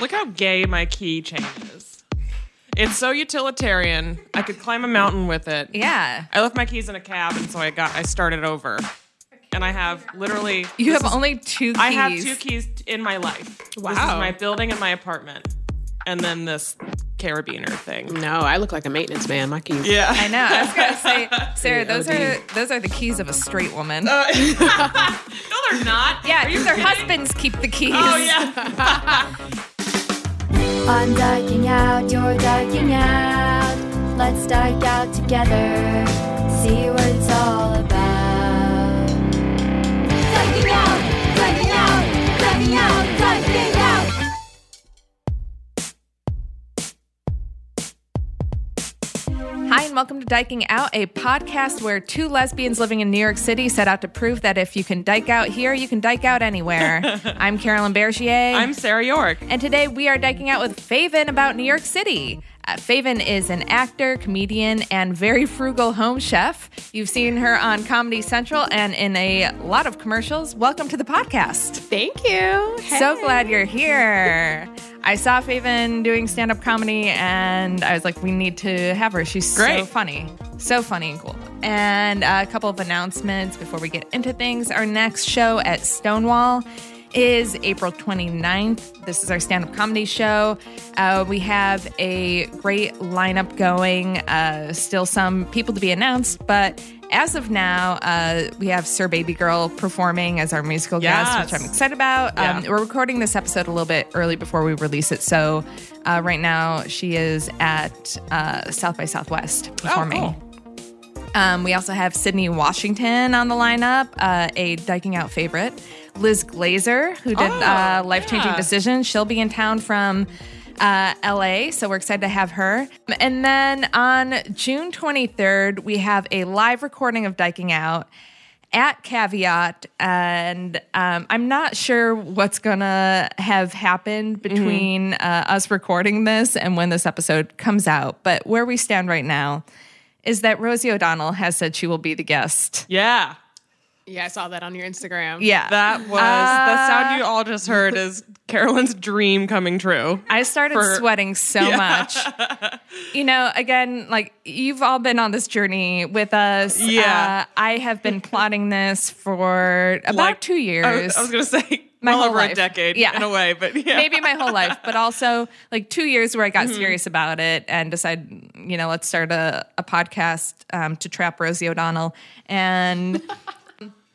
Look how gay my keychain is. It's so utilitarian. I could climb a mountain with it. Yeah. I left my keys in a cab, and so I got I started over, and I have literally You have only two keys. I have two keys in my life. Wow. This is my building and my apartment, and then this carabiner Mm. thing. No, I look like a maintenance man. My keys. Yeah. I know. I was gonna say, Sarah, those are those are the keys of a straight woman. Uh, No, they're not. yeah, their husbands keep the keys. Oh yeah. I'm ducking out, you're ducking out. Let's duck out together, see what it's all about. Ducking out, ducking out, ducking out, ducking out. Hi, and welcome to Diking Out, a podcast where two lesbians living in New York City set out to prove that if you can dike out here, you can dike out anywhere. I'm Carolyn Bergier. I'm Sarah York. And today we are diking out with Faven about New York City. Uh, Faven is an actor, comedian, and very frugal home chef. You've seen her on Comedy Central and in a lot of commercials. Welcome to the podcast. Thank you. So Hey. glad you're here. I saw Faven doing stand up comedy and I was like, we need to have her. She's so Great. funny. So funny and cool. And a couple of announcements before we get into things. Our next show at Stonewall is April 29th. This is our stand up comedy show. Uh, we have a great lineup going, uh, still some people to be announced, but. As of now, uh, we have Sir Baby Girl performing as our musical guest, which Yes. I'm excited about. Um, Yeah. we're recording this episode a little bit early before we release it. So uh, right now she is at uh, South by Southwest Oh, performing. Um, we also have Sydney Washington on the lineup, uh, a diking out favorite. Liz Glazer, who did uh, Life Changing Oh, yeah. Decision, she'll be in town from uh, LA, so we're excited to have her. And then on June 23rd, we have a live recording of Diking Out at Caveat, and um, I'm not sure what's gonna have happened between uh, us recording this and when this episode comes out. But where we stand right now is that Rosie O'Donnell has said she will be the guest. Yeah. Yeah, I saw that on your Instagram. Yeah, That was Uh, the sound you all just heard is Carolyn's dream coming true. I started for- sweating so much. You know, again, like you've all been on this journey with us. Yeah. uh, I have been plotting this for about Like- two years. I was, I was gonna say My well whole over life. a decade Yeah. in a way, but yeah. Mm-hmm. maybe my whole life, but also like two years where I got serious about it and decided, you know, let's start a, a podcast um, to trap Rosie O'Donnell. And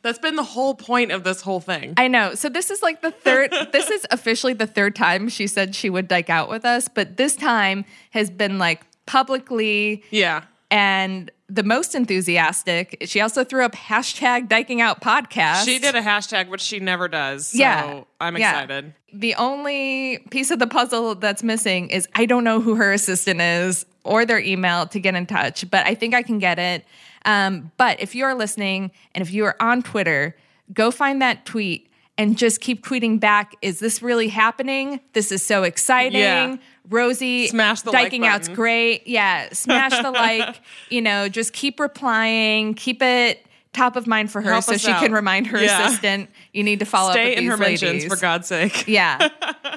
That's been the whole point of this whole thing. I know. So this is like the third, this is officially the third time she said she would dike out with us, but this time has been like publicly yeah. and the most enthusiastic. She also threw up hashtag diking out podcast. She did a hashtag, which she never does. So Yeah. I'm Yeah. excited. The only piece of the puzzle that's missing is I don't know who her assistant is or their email to get in touch, but I think I can get it. Um, but if you're listening and if you are on Twitter, go find that tweet and just keep tweeting back. Is this really happening? This is so exciting. Yeah. Rosie, Smash the like diking out's button. great. Yeah, smash the like. You know, just keep replying. Keep it top of mind for her Help so us she out. can remind her Yeah. assistant. You need to follow up Stay with in these her mentions, ladies. for God's sake. Yeah.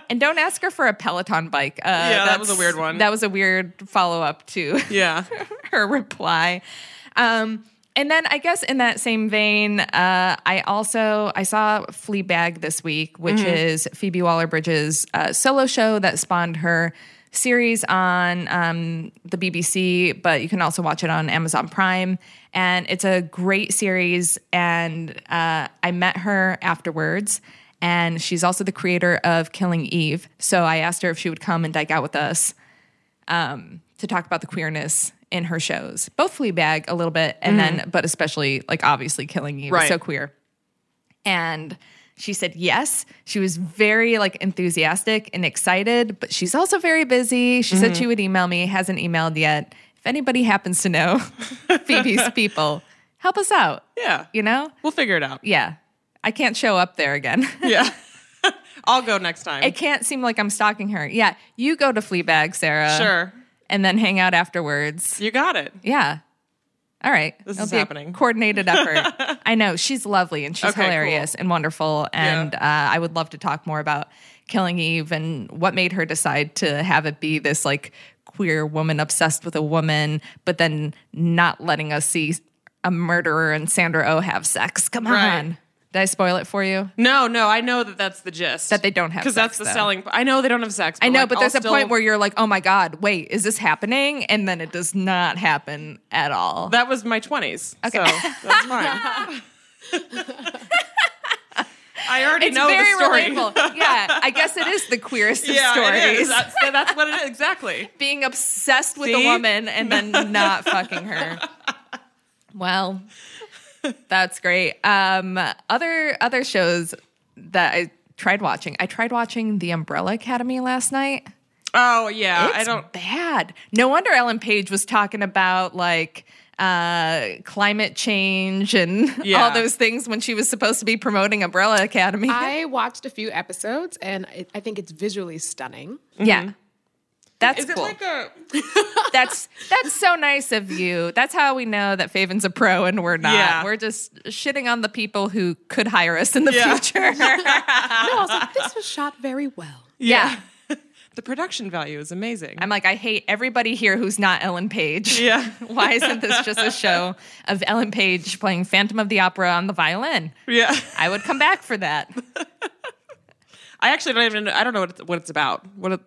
and don't ask her for a Peloton bike. Uh, that that's- was a weird one. That was a weird follow up to Yeah. her reply. Um, and then I guess in that same vein, uh, I also I saw Fleabag this week, which is Phoebe Waller Bridge's uh, solo show that spawned her series on um, the BBC, but you can also watch it on Amazon Prime. And it's a great series. And uh, I met her afterwards. And she's also the creator of Killing Eve. So I asked her if she would come and dike out with us to talk about the queerness in her shows, both Fleabag a little bit, and then, but especially like obviously Killing Eve, Mm-hmm. Right. so queer. And she said yes. She was very like enthusiastic and excited, but she's also very busy. She Mm-hmm. said she would email me, hasn't emailed yet. If anybody happens to know Phoebe's people, help us out. Yeah. You know? We'll figure it out. Yeah. I can't show up there again. Yeah. I'll go next time. it can't seem like I'm stalking her. Yeah. You go to Fleabag, Sarah. sure. And then hang out afterwards. You got it. Yeah. All right. This It'll is be a happening. coordinated effort. I know. She's lovely and she's Okay, hilarious and wonderful. And uh, I would love to talk more about Killing Eve and what made her decide to have it be this like queer woman obsessed with a woman, but then not letting us see a murderer and Sandra O oh have sex. Come on. Right. Did I spoil it for you? No, no, I know that that's the gist. That they don't have Because that's sex, the though. selling. I know they don't have sex. I know, like, but there's I'll a point still- where you're like, oh my God, wait, is this happening? And then it does not happen at all. That was my 20s. Okay. So that's fine. I already know the story. relatable. Yeah, I guess it is the queerest of Yeah, it stories. is. That's, that's what it is. Exactly. Being obsessed with See? a woman and then not fucking her. Well, that's great. Um, other other shows that I tried watching. I tried watching The Umbrella Academy last night. Oh, yeah. It's I don't. bad. No wonder Ellen Page was talking about like uh climate change and Yeah. all those things when she was supposed to be promoting Umbrella Academy. I watched a few episodes, and I- I think it's visually stunning. yeah. That's Mm-hmm. Is it cool. like a. that's that's so nice of you. That's how we know that Faven's a pro and we're not. Yeah. We're just shitting on the people who could hire us in the Yeah. future. No, I was like, this was shot very well. yeah. The production value is amazing. I'm like, I hate everybody here who's not Ellen Page. Yeah. Why isn't this just a show of Ellen Page playing Phantom of the Opera on the violin? yeah. I would come back for that. I actually don't even. I don't know what it's, what it's about. What it,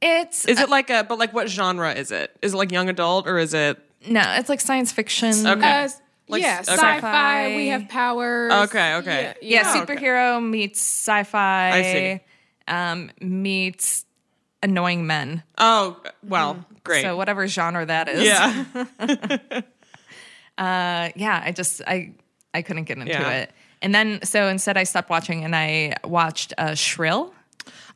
It's is it like a? But like, what genre is it? Is it like young adult or is it? uh, no, it's like science fiction. Okay. Uh, s- Like yeah, s- okay. sci fi, we have powers. Okay. Okay. Yeah, Oh, okay. superhero meets sci-fi. I see. Um, meets annoying men. Oh well, great. Mm. So whatever genre that is. yeah. Uh, yeah, I just I I couldn't get into Yeah. it. And then so instead I stopped watching and I watched uh, Shrill.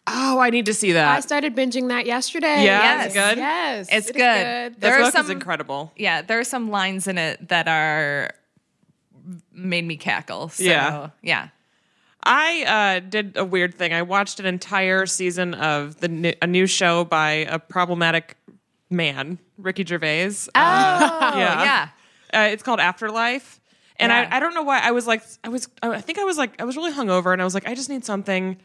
Oh, I need to see I that. started binging that yesterday. Yeah, is it Yes. good? Yes. It's it is This good. there are book some- is incredible. Yeah, there are some lines in it that are made me cackle. So, Yeah. yeah. I uh, did a weird thing. I watched an entire season of the new, a new show by a problematic man, Ricky Gervais. Um, Oh yeah. Uh, it's called Afterlife. And Yeah. I, I don't know why I was like I was I think I was like I was really hungover and I was like I just need something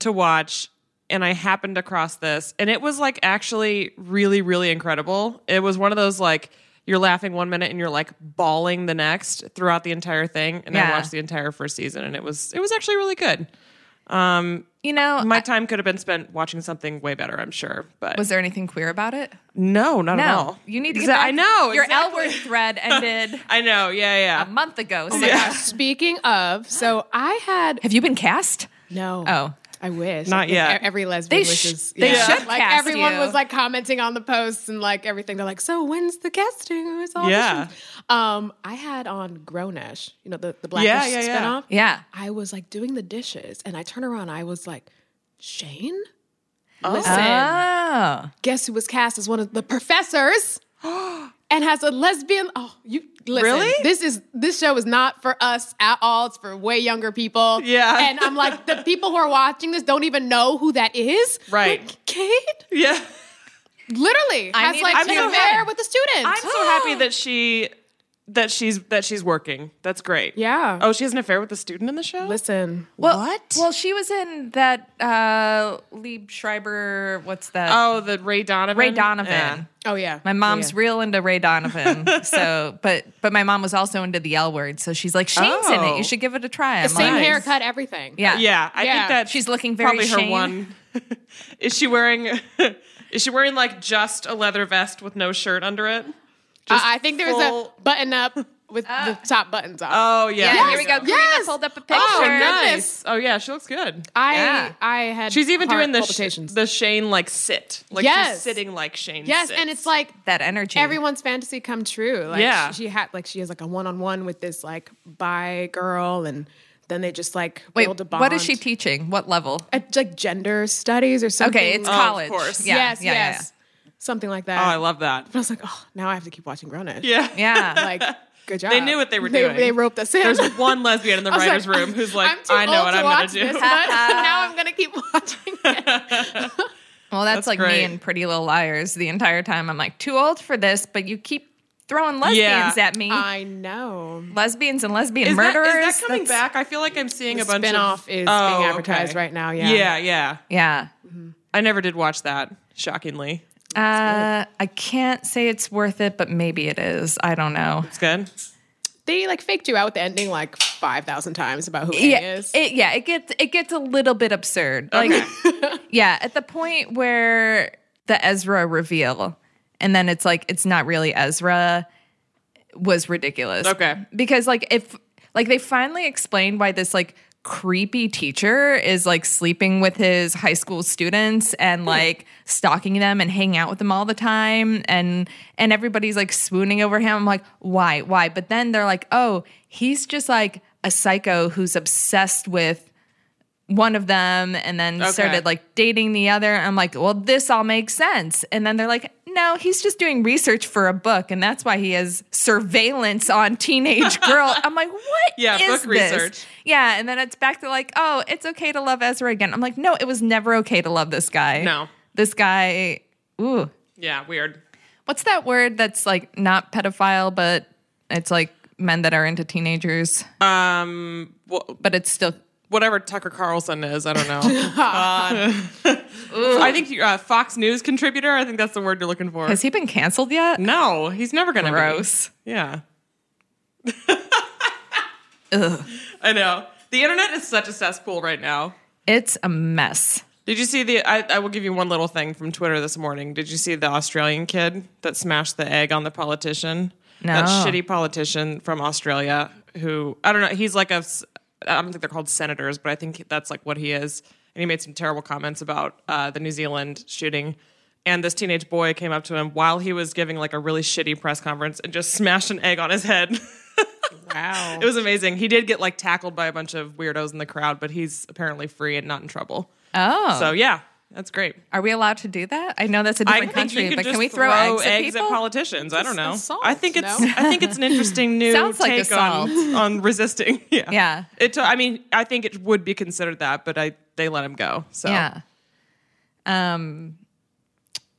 to watch and I happened across this and it was like actually really really incredible. It was one of those like you're laughing one minute and you're like bawling the next throughout the entire thing and I Yeah. watched the entire first season and it was it was actually really good. You know, My time could have been spent watching something way better, I'm sure, but was there anything queer about it? no, not at No. all. You need to get Exa- back. I know. Your exactly. L word thread ended I know. Yeah, yeah. a month ago. So Speaking of, so I had Have you been cast? no. Oh. I wish. Not I think yet. e- Every lesbian They sh- wishes. they should Like cast everyone you. was like commenting on the posts and like everything. They're like, so when's the casting? Who's all Yeah. Um, I had on Grownish, you know, the, the Blackish Yeah, yeah, yeah. spinoff. Yeah. I was like doing the dishes and I turn around. I was like, Shane? Listen, Oh. guess who was cast as one of the professors and has a lesbian oh you listen, Really? this is this show is not for us at all it's for way younger people Yeah. and i'm like the people who are watching this don't even know who that is Right. like, kate Yeah. literally I has need like to an tune in. affair with the student I'm so happy that she that she's that she's working. That's great. Yeah. Oh, she has an affair with the student in the show? listen Well, what? Well, she was in that uh Lieb Schreiber. What's that? Oh, the Ray Donovan. Ray Donovan. Yeah. oh yeah My mom's real into Ray Donovan. so, but but my mom was also into the L word. So she's like, Shane's in it. Oh. You should give it a try. I'm same like, Nice. haircut everything Yeah. Yeah, I Yeah. think that She's looking very probably Shane. her one. is she wearing? is she wearing like just a leather vest with no shirt under it? uh, i think there's full- a button up with the top buttons off Oh yeah, Yeah, there here we you go. Karina Uh. Yes. pulled up a picture. Oh, Nice. Oh yeah, she looks good. i Yeah. i had She's even heart doing the sh- palpitations. the Shane like sit. Like she's Yes. sitting like Shane. yes sits. and it's like That energy. everyone's fantasy come true. Like Yeah. she, she had like she has like a one on one with this like bi girl, and then they just like Wait, build a bond. what is she teaching? What level? It's like gender studies or something? Okay, it's Oh, of college. course. Yeah, Mm-hmm. yes, yeah, yeah, yes, something like oh, that. I love that. I was like, oh, now I have to keep watching Grown Up. Yeah, Yeah. like good job. They knew what they were doing. They roped us in. There's one lesbian in the I was writers' like, room who's like, I'm too I know old what to I'm watch gonna do. This, but now I'm gonna keep watching. It. Well, That's that's, like me great. and Pretty Little Liars the entire time. I'm like, too old for this, but you keep throwing lesbians Yeah. at me. I know. lesbians and lesbian Is that- murderers. is that coming That's- back? I feel like I'm seeing a The bunch spinoff of is Oh, being advertised okay. right now. Yeah. yeah, yeah. Yeah. I never did watch that. Shockingly, Uh, I can't say it's worth it, but maybe it is. I don't know. it's good. They like faked you out with the ending like five thousand times about who Annie Yeah, is. it, yeah, it gets it gets a little bit absurd. Like, yeah, at the point where the Ezra reveal, and then it's like it's not really Ezra, was ridiculous. Okay. because like if like they finally explained why this like creepy teacher is like sleeping with his high school students and like stalking them and hanging out with them all the time and and everybody's like swooning over him i'm like why why but then they're like oh he's just like a psycho who's obsessed with one of them and then started like dating the other i'm like well this all makes sense and then they're like no he's just doing research for a book and that's why he has surveillance on teenage girl i'm like what Yeah, is book this? research. yeah and then it's back to like oh it's okay to love ezra again i'm like no it was never okay to love this guy No. this guy ooh Yeah, weird. what's that word that's like not pedophile but it's like men that are into teenagers Um, wh- but it's still whatever Tucker Carlson is, I don't know. I think you- uh, Fox News contributor. I think that's the word you're looking for. has he been canceled yet no, he's never gonna be. gross Yeah. I know the internet is such a cesspool right now. It's a mess. Did you see the? I, I will give you one little thing from Twitter this morning. Did you see the Australian kid that smashed the egg on the politician? That No. shitty politician from Australia who I don't know. He's like a. s- I don't think they're called senators, but I think that's like what he is. And he made some terrible comments about uh, the New Zealand shooting. And this teenage boy came up to him while he was giving like a really shitty press conference and just smashed an egg on his head. Wow. it was amazing. He did get like tackled by a bunch of weirdos in the crowd, but he's apparently free and not in trouble. Oh, So yeah, that's great. are we allowed to do that? I know that's a different country, but can we throw, eggs, at people? politicians? I don't know. assault, I think it's no? I think it's an interesting new Sounds like take on assault. on resisting. Yeah, Yeah. It. to- I mean, I think it would be considered that, but I they let him go. So yeah. Um.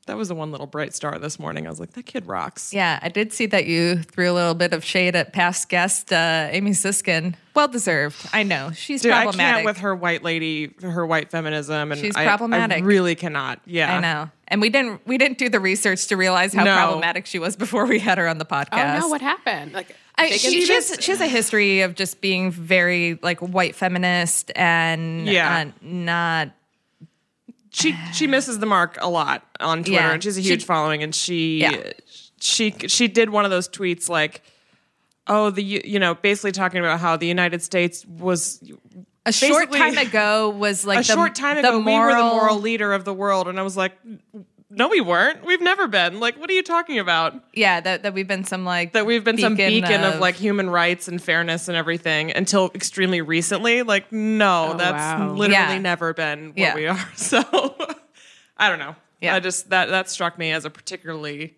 that was the one little bright star this morning. I was like, that kid rocks. Yeah, I did see that you threw a little bit of shade at past guest uh, Amy Siskin. Well deserved. I know she's Dude, I problematic. can't with her white lady, her white feminism, and She's I- I problematic. really cannot. Yeah, I know, and we didn't we didn't do the research to realize how No. problematic she was before we had her on the Oh podcast. no! What happened? Like I, they she, can- she, has, she has a history of just being very like white feminist and Yeah. uh, not she she misses the mark a lot on Twitter, Yeah. and she has a She- huge following. And she Yeah. she she did one of those tweets like, "Oh, the you know, basically talking about how the United States was a short Basically- time ago was like a the, short time the ago, we moral, were the moral leader of the world, and I was like, "No, we weren't. We've never been. Like, what are you talking about? yeah that, that we've been some like That we've been some beacon of, like human rights and fairness and everything until extremely recently. Like, no, Oh, that's wow. literally Yeah. never been what Yeah. we are. So, I don't know. Yeah. I just that that struck me as a particularly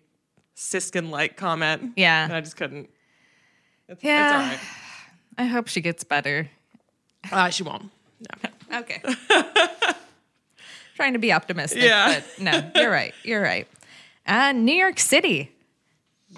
Siskin like comment. Yeah. and I just couldn't. It's, Yeah. it's I hope she gets better. all right. Uh, she won't. No. Okay. Trying to be optimistic, Yeah. but no, you're right. You're right. Uh, New York City.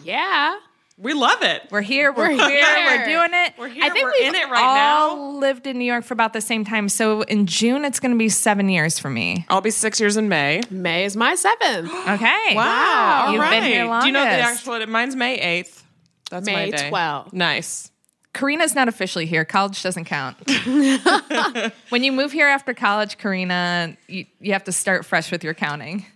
Yeah. We love it. We're here. We're, We're queer. We're here. doing it. We're here, I think we're in we've it right all now. lived in New York for about the same time. So in June, it's going to be seven years for me. I'll be six years in May. May is my seventh. Ah, Okay. Wow. You've been here Do you know the longest. actual? Mine's May 8th. That's May my day. 12th. Nice. Karina's not officially here. College doesn't count. when you move here after college, Karina, you, you have to start fresh with your counting.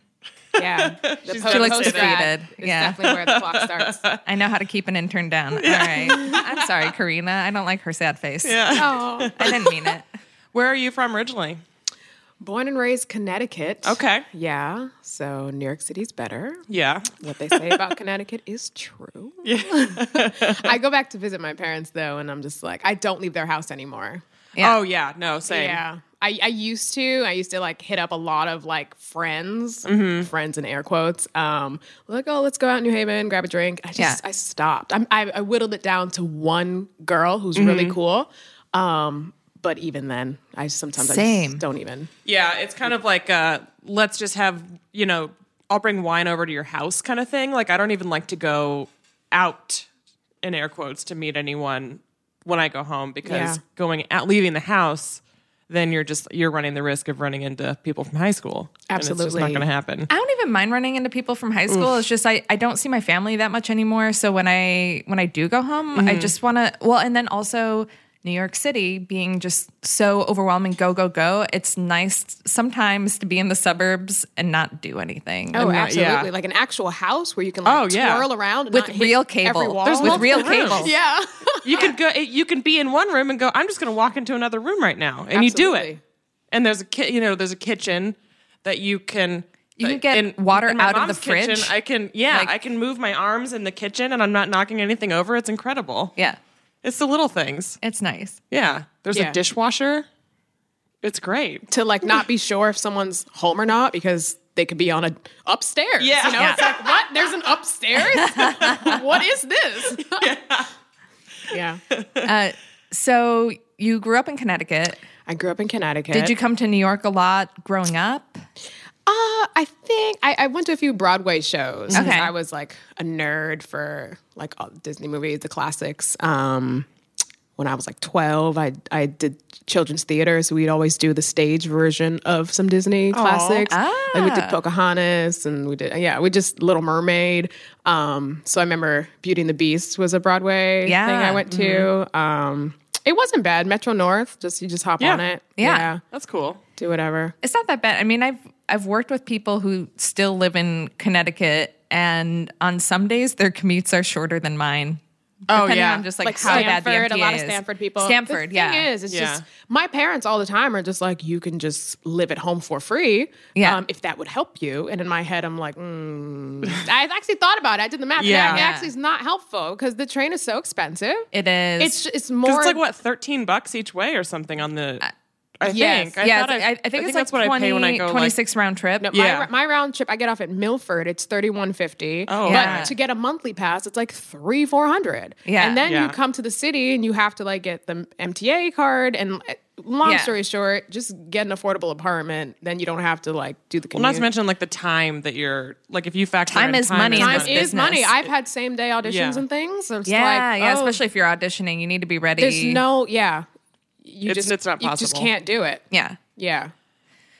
Yeah. The She looks defeated. Yeah. Yeah. definitely where the clock starts. I know how to keep an intern down. All right. I'm sorry, Karina. I don't like her sad face. Oh. I didn't mean it. Where are you from originally? Born and raised Connecticut. Okay. Yeah. So New York City's better. Yeah. What they say about Connecticut is true. Yeah. I go back to visit my parents though, and I'm just like, I don't leave their house anymore. Yeah. Oh yeah. No. Same. Yeah. I, I used to. I used to like hit up a lot of like friends, friends in air quotes. Um, like, oh, let's go out in New Haven, grab a drink. I just Yeah. I stopped. I'm, I, I whittled it down to one girl who's really cool. Um, but even then, I sometimes I Same. just don't even. Yeah. It's kind of like uh, let's just have you know I'll bring wine over to your house kind of thing. Like I don't even like to go out in air quotes to meet anyone when I go home because Yeah. going out leaving the house. Then you're just you're running the risk of running into people from high school. And it's just not Absolutely. going to happen. I don't even mind running into people from high school. It's just I, I don't see my family that much anymore. So when I when I do go home, I just want to well, and then also New York City being just so overwhelming, go go go. It's nice sometimes to be in the suburbs and not do anything. Oh, not- absolutely! yeah. Like an actual house where you can like Oh, yeah. twirl around and with not hit real Every cable, wall. There's with real multiple rooms. cable. yeah, You could go. You can be in one room and go. I'm just going to walk into another room right now, and you do it. Absolutely. And there's a ki- you know there's a kitchen that you can. You can that- get water my out of the mom's kitchen, fridge. I can yeah. Like- I can move my arms in the kitchen, and I'm not knocking anything over. It's incredible. Yeah. It's the little things. It's nice. Yeah. There's Yeah. a dishwasher. It's great. to like not be sure if someone's home or not because they could be on a upstairs. Yeah. you know, it's like what? There's an upstairs. what is this? Yeah. Uh, so you grew up in Connecticut. I grew up in Connecticut. Did you come to New York a lot growing up? Uh, I think I, I went to a few Broadway shows. 'cause Okay. I was like a nerd for like all the Disney movies, the classics. Um, when I was like 12, I, I did children's theater. So we'd always do the stage version of some Disney classics. Like we Ah. did Pocahontas and we did, yeah, we just Little Mermaid. Um, so I remember Beauty and the Beast was a Broadway Yeah. Mm-hmm. thing I went to. Um, it wasn't bad. Metro North, just you just hop Yeah. on it. Yeah. That's cool. Do whatever. It's not that bad. I mean, I've I've worked with people who still live in Connecticut, and on some days their commutes are shorter than mine. Oh, Depending yeah. on just like, like how Stanford, bad the a MTA lot of is. Stanford people. Stanford, the yeah, Thing is, it's Yeah. just my parents all the time are just like, you can just live at home for free, Yeah. um, if that would help you. And in my head, I'm like, mm. I actually thought about it. I did the math. Yeah. Yeah, it Yeah. actually is not helpful because the train is so expensive. it is. It's it's 'Cause more it's like what 13 bucks each way or something on the. I yes. think. I Uh, yeah, thought it's- I, I think it's that's like what 20, I pay when I go. like- 26 round trip. No, Yeah. my, my round trip, I get off at Milford. It's thirty one fifty. Oh, but Yeah. to get a monthly pass, it's like three four hundred. Yeah. and then Yeah. you come to the city and you have to like get the MTA card. And uh, long Yeah. story short, just get an affordable apartment. Then you don't have to like do the well, commute. not to mention like the time that you're like if you factor Time in is money in time this is business. money. I've had same day auditions Yeah. and things. So it's yeah, like, yeah. oh, Especially if you're auditioning, you need to be ready. there's no yeah. You It's- just it's not You just possible. can't do it. Yeah. Yeah.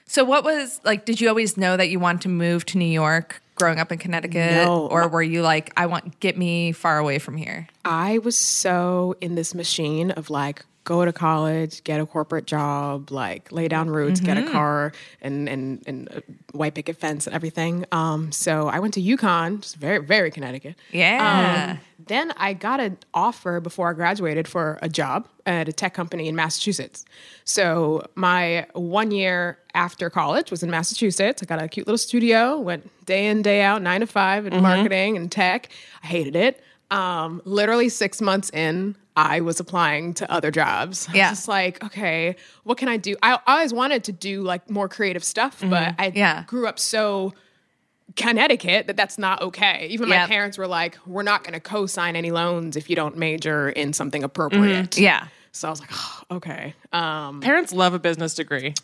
So what was like? Did you always know that you wanted to move to New York? Growing up in Connecticut, No. or were you like, I want get me far away from here? I was so in this machine of like go to college, get a corporate job, like lay down roots, get a car, and and and a white picket fence and everything. Um, so I went to UConn, just very very Connecticut. Yeah. Um, then I got an offer before I graduated for a job at a tech company in Massachusetts. So my one year after college was in Massachusetts. I got a cute little studio, went day in day out, nine to five in Mm-hmm. marketing and tech. I hated it. Um, literally six months in, I was applying to other jobs. I was Yeah. just like, okay, what can I do? I I always wanted to do like more creative stuff, but I Mm-hmm. Yeah. grew up so Connecticut that that's not okay. Even Yep. my parents were like, "We're not going to co-sign any loans if you don't major in something appropriate." Mm. yeah. So I was like, oh, "Okay." Um, Parents love a business degree.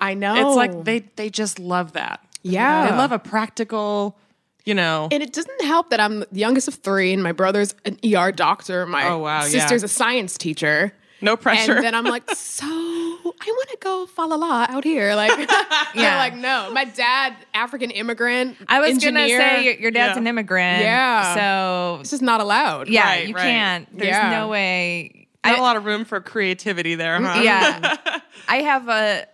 I know It's like they they just love that. Oh. Yeah. They love a practical, you know. And it doesn't help that I'm the youngest of three, and my brother's an ER doctor. My Oh, wow, yeah. sister's a science teacher. No pressure. And then I'm like, so I want to go fa la la out here. Like, they're like, no. My dad, African immigrant, I was gonna engineer, say your, your dad's Yeah. an immigrant. Yeah. So This is not allowed. yeah, Right, you right. can't. There's Yeah. no way. Not I- a lot of room for creativity there, huh? yeah i have a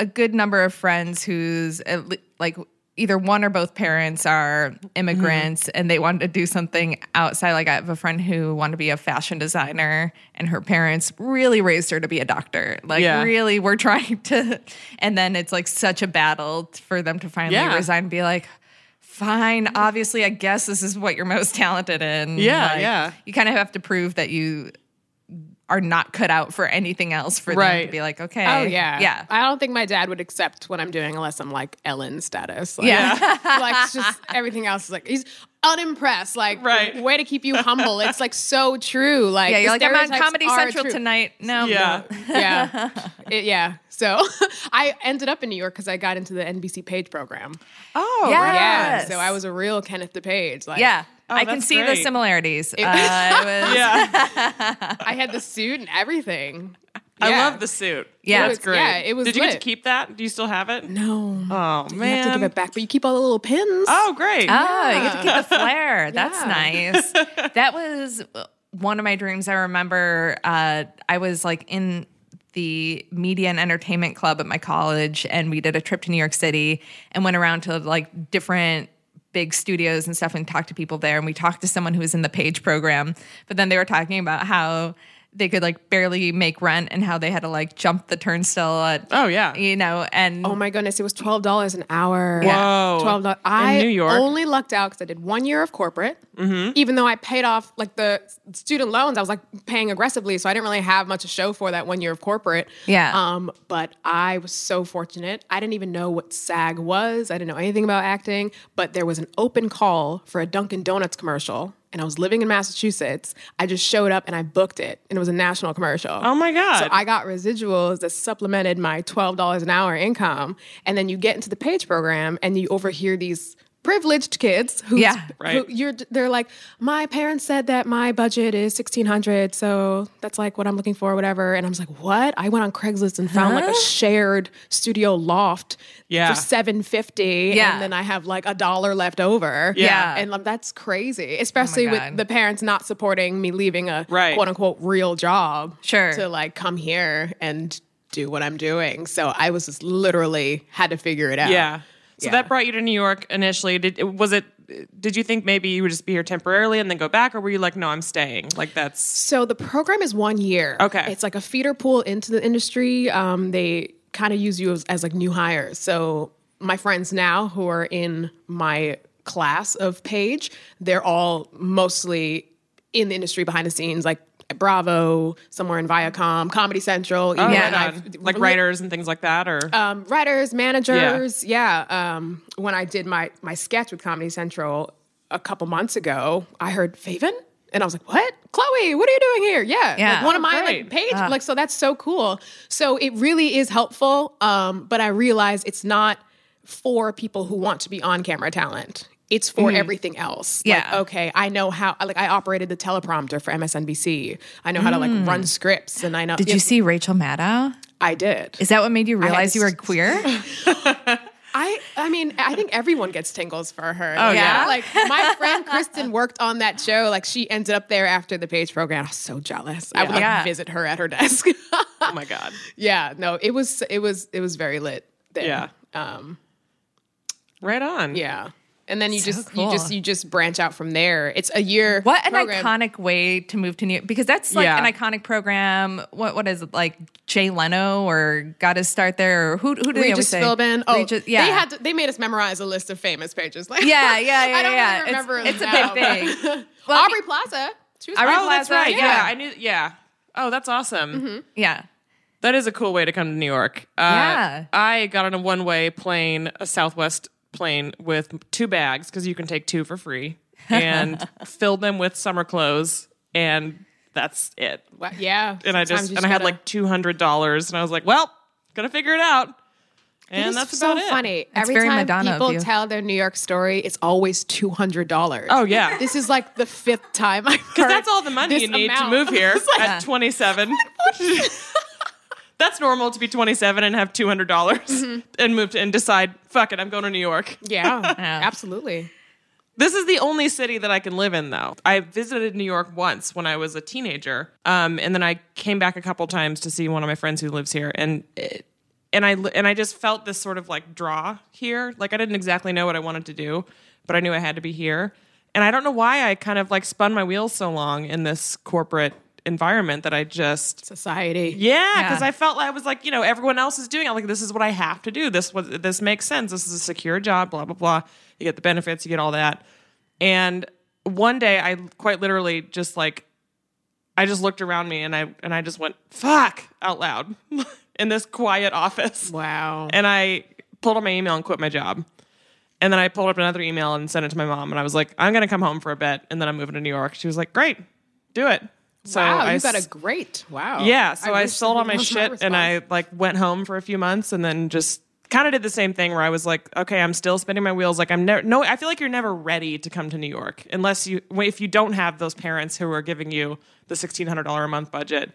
a good number of friends whose at le- like either one or both parents are immigrants Mm-hmm. and they wanted to do something outside like i have a friend who wanted to be a fashion designer and her parents really raised her to be a doctor like Yeah. really we're trying to and then it's like such a battle t- for them to finally Yeah. resign and be like fine obviously i guess this is what you're most talented in Yeah, Like, yeah. you kind of have to prove that you are not cut out for anything else for them Right. to be like, okay, Oh yeah, yeah, I don't think my dad would accept what I'm doing unless I'm like Ellen status. Like, Yeah. like it's just everything else is like he's unimpressed. Like, Right. way to keep you humble. It's like so true. Like, yeah. You're the like, I'm on stereotypes Comedy are Central true. tonight. No, Yeah. Yeah, It- yeah. So I ended up in New York because I got into the NBC Page program. oh, Yeah, yes. so I was a real Kenneth DePage. Like, yeah. I that's can see the great. similarities. uh, it was, yeah, I had the suit and everything. I Yeah. love the suit. Yeah. That's It was- great. yeah, it was Did you get to lit. keep that? Do you still have it? No, Oh man. you have to give it back, but you keep all the little pins. Oh great. Oh, you get to get the flair. That's nice. That was uh, one of my dreams. I remember uh, I was like in the media and entertainment club at my college, and we did a trip to New York City and went around to like different big studios and stuff and talked to people there. And we talked to someone who was in the Page program, but then they were talking about how they could like barely make rent and how they had to like jump the turnstile at Oh, yeah. you know and Oh my goodness, it was twelve dollars an hour. Whoa. twelve dollars. I In New York? Mm-hmm. only lucked out because I did one year of corporate. Even though I paid off like the student loans, I was like paying aggressively, so I didn't really have much to show for that one year of corporate. Yeah. Um, but I was so fortunate. I didn't even know what SAG was. I didn't know anything about acting. But there was an open call for a Dunkin' Donuts commercial. And I was living in Massachusetts. I just showed up and I booked it, and it was a national commercial. Oh my god. So I got residuals that supplemented my $12 an hour income. And then you get into the page program and you overhear these privileged kids who's, Yeah. Right. who you're they're like my parents said that my budget is 1600 so that's like what i'm looking for whatever and i was like what i went on craigslist and found like a shared studio loft Yeah. for 750 Yeah. and then i have like a dollar left over Yeah. Oh and like, that's crazy especially with God. the parents not supporting me leaving a Right. quote unquote real job Sure. to like come here and do what I'm doing. So I was just literally had to figure it out. yeah. So Yeah. that brought you to New York initially. Did was it? Did you think maybe you would just be here temporarily and then go back, or were you like, no, I'm staying? Like that's So the program is one year. Okay. It's like a feeder pool into the industry. Um, they kind of use you as, as like new hires. So my friends now who are in my class of Page, they're all mostly in the industry behind the scenes, like at Bravo, somewhere in Viacom, Comedy Central. even yeah, when I've- Oh, like writers and things like that, or um, writers, managers. Yeah. Um, when I did my my sketch with Comedy Central a couple months ago, I heard Faven. And I was like, "What, Chloe? What are you doing here?" Yeah, Yeah. Oh, Like one of my great. like, page, like so that's so cool. So it really is helpful. Um, but I realize it's not for people who want to be on camera talent. It's for everything else. Like, Mm-hmm. Yeah. okay, I know how. Like I operated the teleprompter for MSNBC. I know how to like Mm. run scripts, and I know. did you see Rachel Maddow? I did. Is that what made you had realize to you were s- queer? I I mean, I think everyone gets tingles for her. Oh, yeah? Like my friend Kristen worked on that show. Like she ended up there after the page program. I was so jealous. I would like Yeah. visit her at her desk. Oh my god. yeah, no, it was it was it was very lit then. Yeah. Um Right on. yeah. And then you just cool. you just you just branch out from there. It's a year What an program. iconic way to move to New York because that's like Yeah. an iconic program. What what is it like? Jay Leno or got his start there or who who do they always Regis say? Philbin. Oh, Regis- yeah. They had to, they made us memorize a list of famous pages. Like, Yeah, yeah, yeah, I don't yeah. really It's- remember. it's a them big now, thing. but- Well, Aubrey Plaza. She was Aubrey Oh, that's Plaza, right. Yeah. yeah. I knew. Yeah. Oh, that's awesome. yeah. That is a cool way to come to New York. Uh, Yeah. I got on a one way plane, a Southwest plane with two bags because you can take two for free and filled them with summer clothes. And that's it. Wow, yeah. And I Sometimes just, you and I had gotta- like $200 and I was like, well, gonna figure it out. And It's that's so about it. funny. Every very time Madonna of people you. tell their New York story, it's always two hundred dollars. Oh, yeah. This is like the fifth time I Because that's all the money this you need amount. to move here It's like- at 27. That's normal to be 27 and have $200 dollars Mm-hmm. and move to, and decide, fuck it, I'm going to New York. Yeah, absolutely. This is the only city that I can live in, though. I visited New York once when I was a teenager, um, and then I came back a couple times to see one of my friends who lives here, and it, and I li- and I just felt this sort of like draw here. Like I didn't exactly know what I wanted to do, but I knew I had to be here, and I don't know why I kind of like spun my wheels so long in this corporate environment that I just Society. yeah, because I felt like I was like, you know, everyone else is doing it. I'm like, this is what I have to do. This was this makes sense. This is a secure job, blah, blah, blah. You get the benefits, you get all that. And one day I quite literally just like I just looked around me and I and I just went, fuck out loud in this quiet office. Wow. And I pulled up my email and quit my job. And then I pulled up another email and sent it to my mom. And I was like, I'm gonna come home for a bit and then I'm moving to New York. She was like, Great, do it. So wow, I you got s- a great wow. yeah, so I, wish sold all my that was shit and I response. like went home for a few months and then just kind of did the same thing where I was like, okay, I'm still spinning my wheels. Like I'm never no, I feel like you're never ready to come to New York unless you well, if you don't have those parents who are giving you the sixteen hundred dollar a month budget.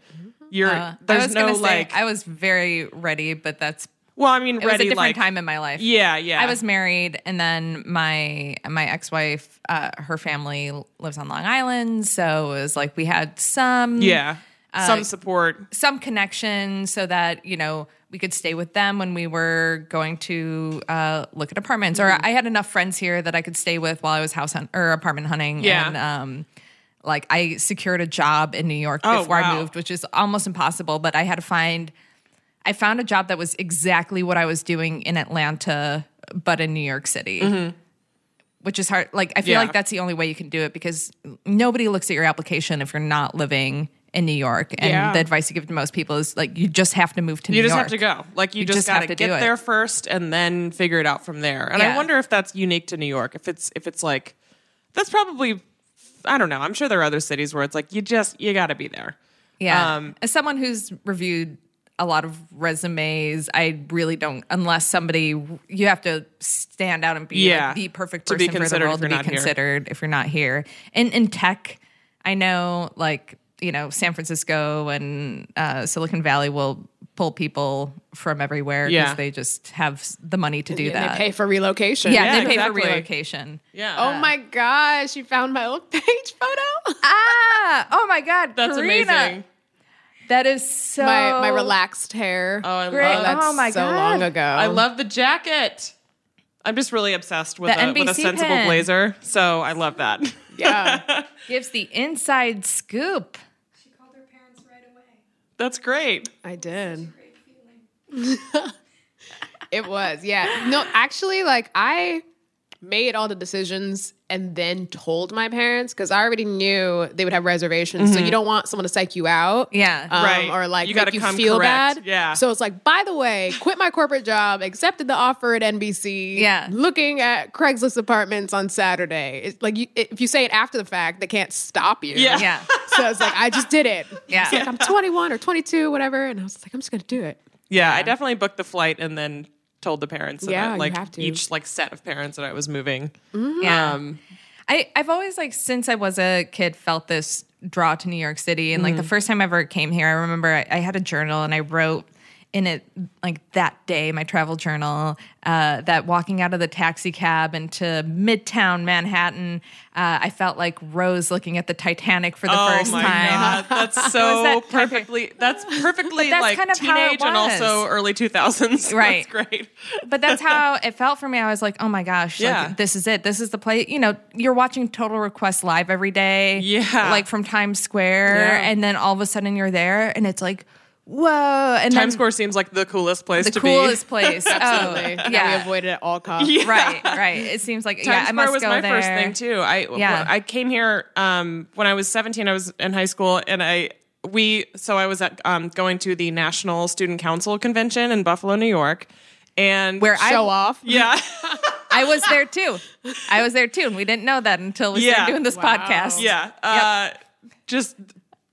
You're Mm-hmm. Uh, I there's was no gonna say, like I was very ready, but that's well, I mean it was a ready different like time in my life. yeah yeah I was married, and then my my ex wife, uh, her family lives on Long Island, so it was like we had some yeah uh, some support some connection, so that you know we could stay with them when we were going to uh, look at apartments. Mm-hmm. Or I had enough friends here that I could stay with while I was house hunt or apartment hunting. Yeah. And, um, like I secured a job in New York Oh, before I wow. moved, which is almost impossible. But I had to find, I found a job that was exactly what I was doing in Atlanta, but in New York City, which is hard. Like I feel Mm-hmm. Yeah. like that's the only way you can do it because nobody looks at your application if you're not living in New York. And Yeah. the advice you give to most people is like you just have to move to you New just York. have to go like you, just, just have gotta to do get it. there first and then figure it out from there and Yeah. i wonder if that's unique to new york if it's if it's like that's probably i don't know i'm sure there are other cities where it's like you just you gotta be there Yeah. Um, As someone who's reviewed a lot of resumes, I really don't unless somebody you have to stand out and be like, Yeah. the perfect To person be for the considered role if to you're be not here. considered if you're not here. And in tech, I know like, you know, San Francisco and uh, Silicon Valley will pull people from everywhere because Yeah. they just have s- the money to do And that. they pay for relocation. yeah, Yeah, they pay exactly. for relocation. yeah Oh my gosh, you found my old page photo. Ah, oh my God, that's Karina. amazing That is so my my relaxed hair. oh i Great. love Oh, That's my so God. long ago. i love the jacket i'm just really obsessed with, The a, with a NBC sensible pin. blazer so i love that Yeah. gives the inside scoop. that's great I did. it was, yeah. No, actually, like I made all the decisions and then told my parents because I already knew they would have reservations. So you don't want someone to psych you out. Mm-hmm. Yeah. um, Right. Or like You you gotta make you come feel correct. bad. Yeah. So it's like, by the way, quit my corporate job, accepted the offer at NBC. Yeah. Looking at Craigslist apartments on Saturday. It's like you, if you say it after the fact, they can't stop you. Yeah. Yeah. So it's like I just did it. Yeah. It's like I'm 21 or 22, whatever, and I was like, I'm just gonna do it. Yeah, I definitely booked the flight and then told the parents. Yeah, about, you like have to. each like set of parents that I was moving. Yeah. Um, I, I've always like since I was a kid felt this draw to New York City. And like the first time I ever came here, I remember I, I had a journal and I wrote in it like that day, my travel journal, uh, that walking out of the taxi cab into Midtown Manhattan, uh, I felt like Rose looking at the Titanic for the oh first my time. god, that's so that type of- perfectly. That's perfectly But that's like kind of how it teenage and was. also early two thousands. Right. that's great. But that's how it felt for me. I was like, oh my gosh, Yeah. like, this is it. This is the place. You know, you're watching Total Request live every day. Yeah. Like from Times Square. Yeah. And then all of a sudden you're there and it's like, whoa. And then Times Square seems like the coolest place the to coolest be. place. Absolutely. That Oh, yeah. we avoided at all costs. Yeah. Right, right. It seems like, Times yeah, I Square must was go my there. first thing too. I Yeah. I came here um, when I was 17. I was in high school, and I we so I was at, um, going to the National Student Council convention in Buffalo, New York, and Where I, Show off. yeah I was there too. I was there too. And we didn't know that until we Yeah. started doing this podcast. yeah uh, just.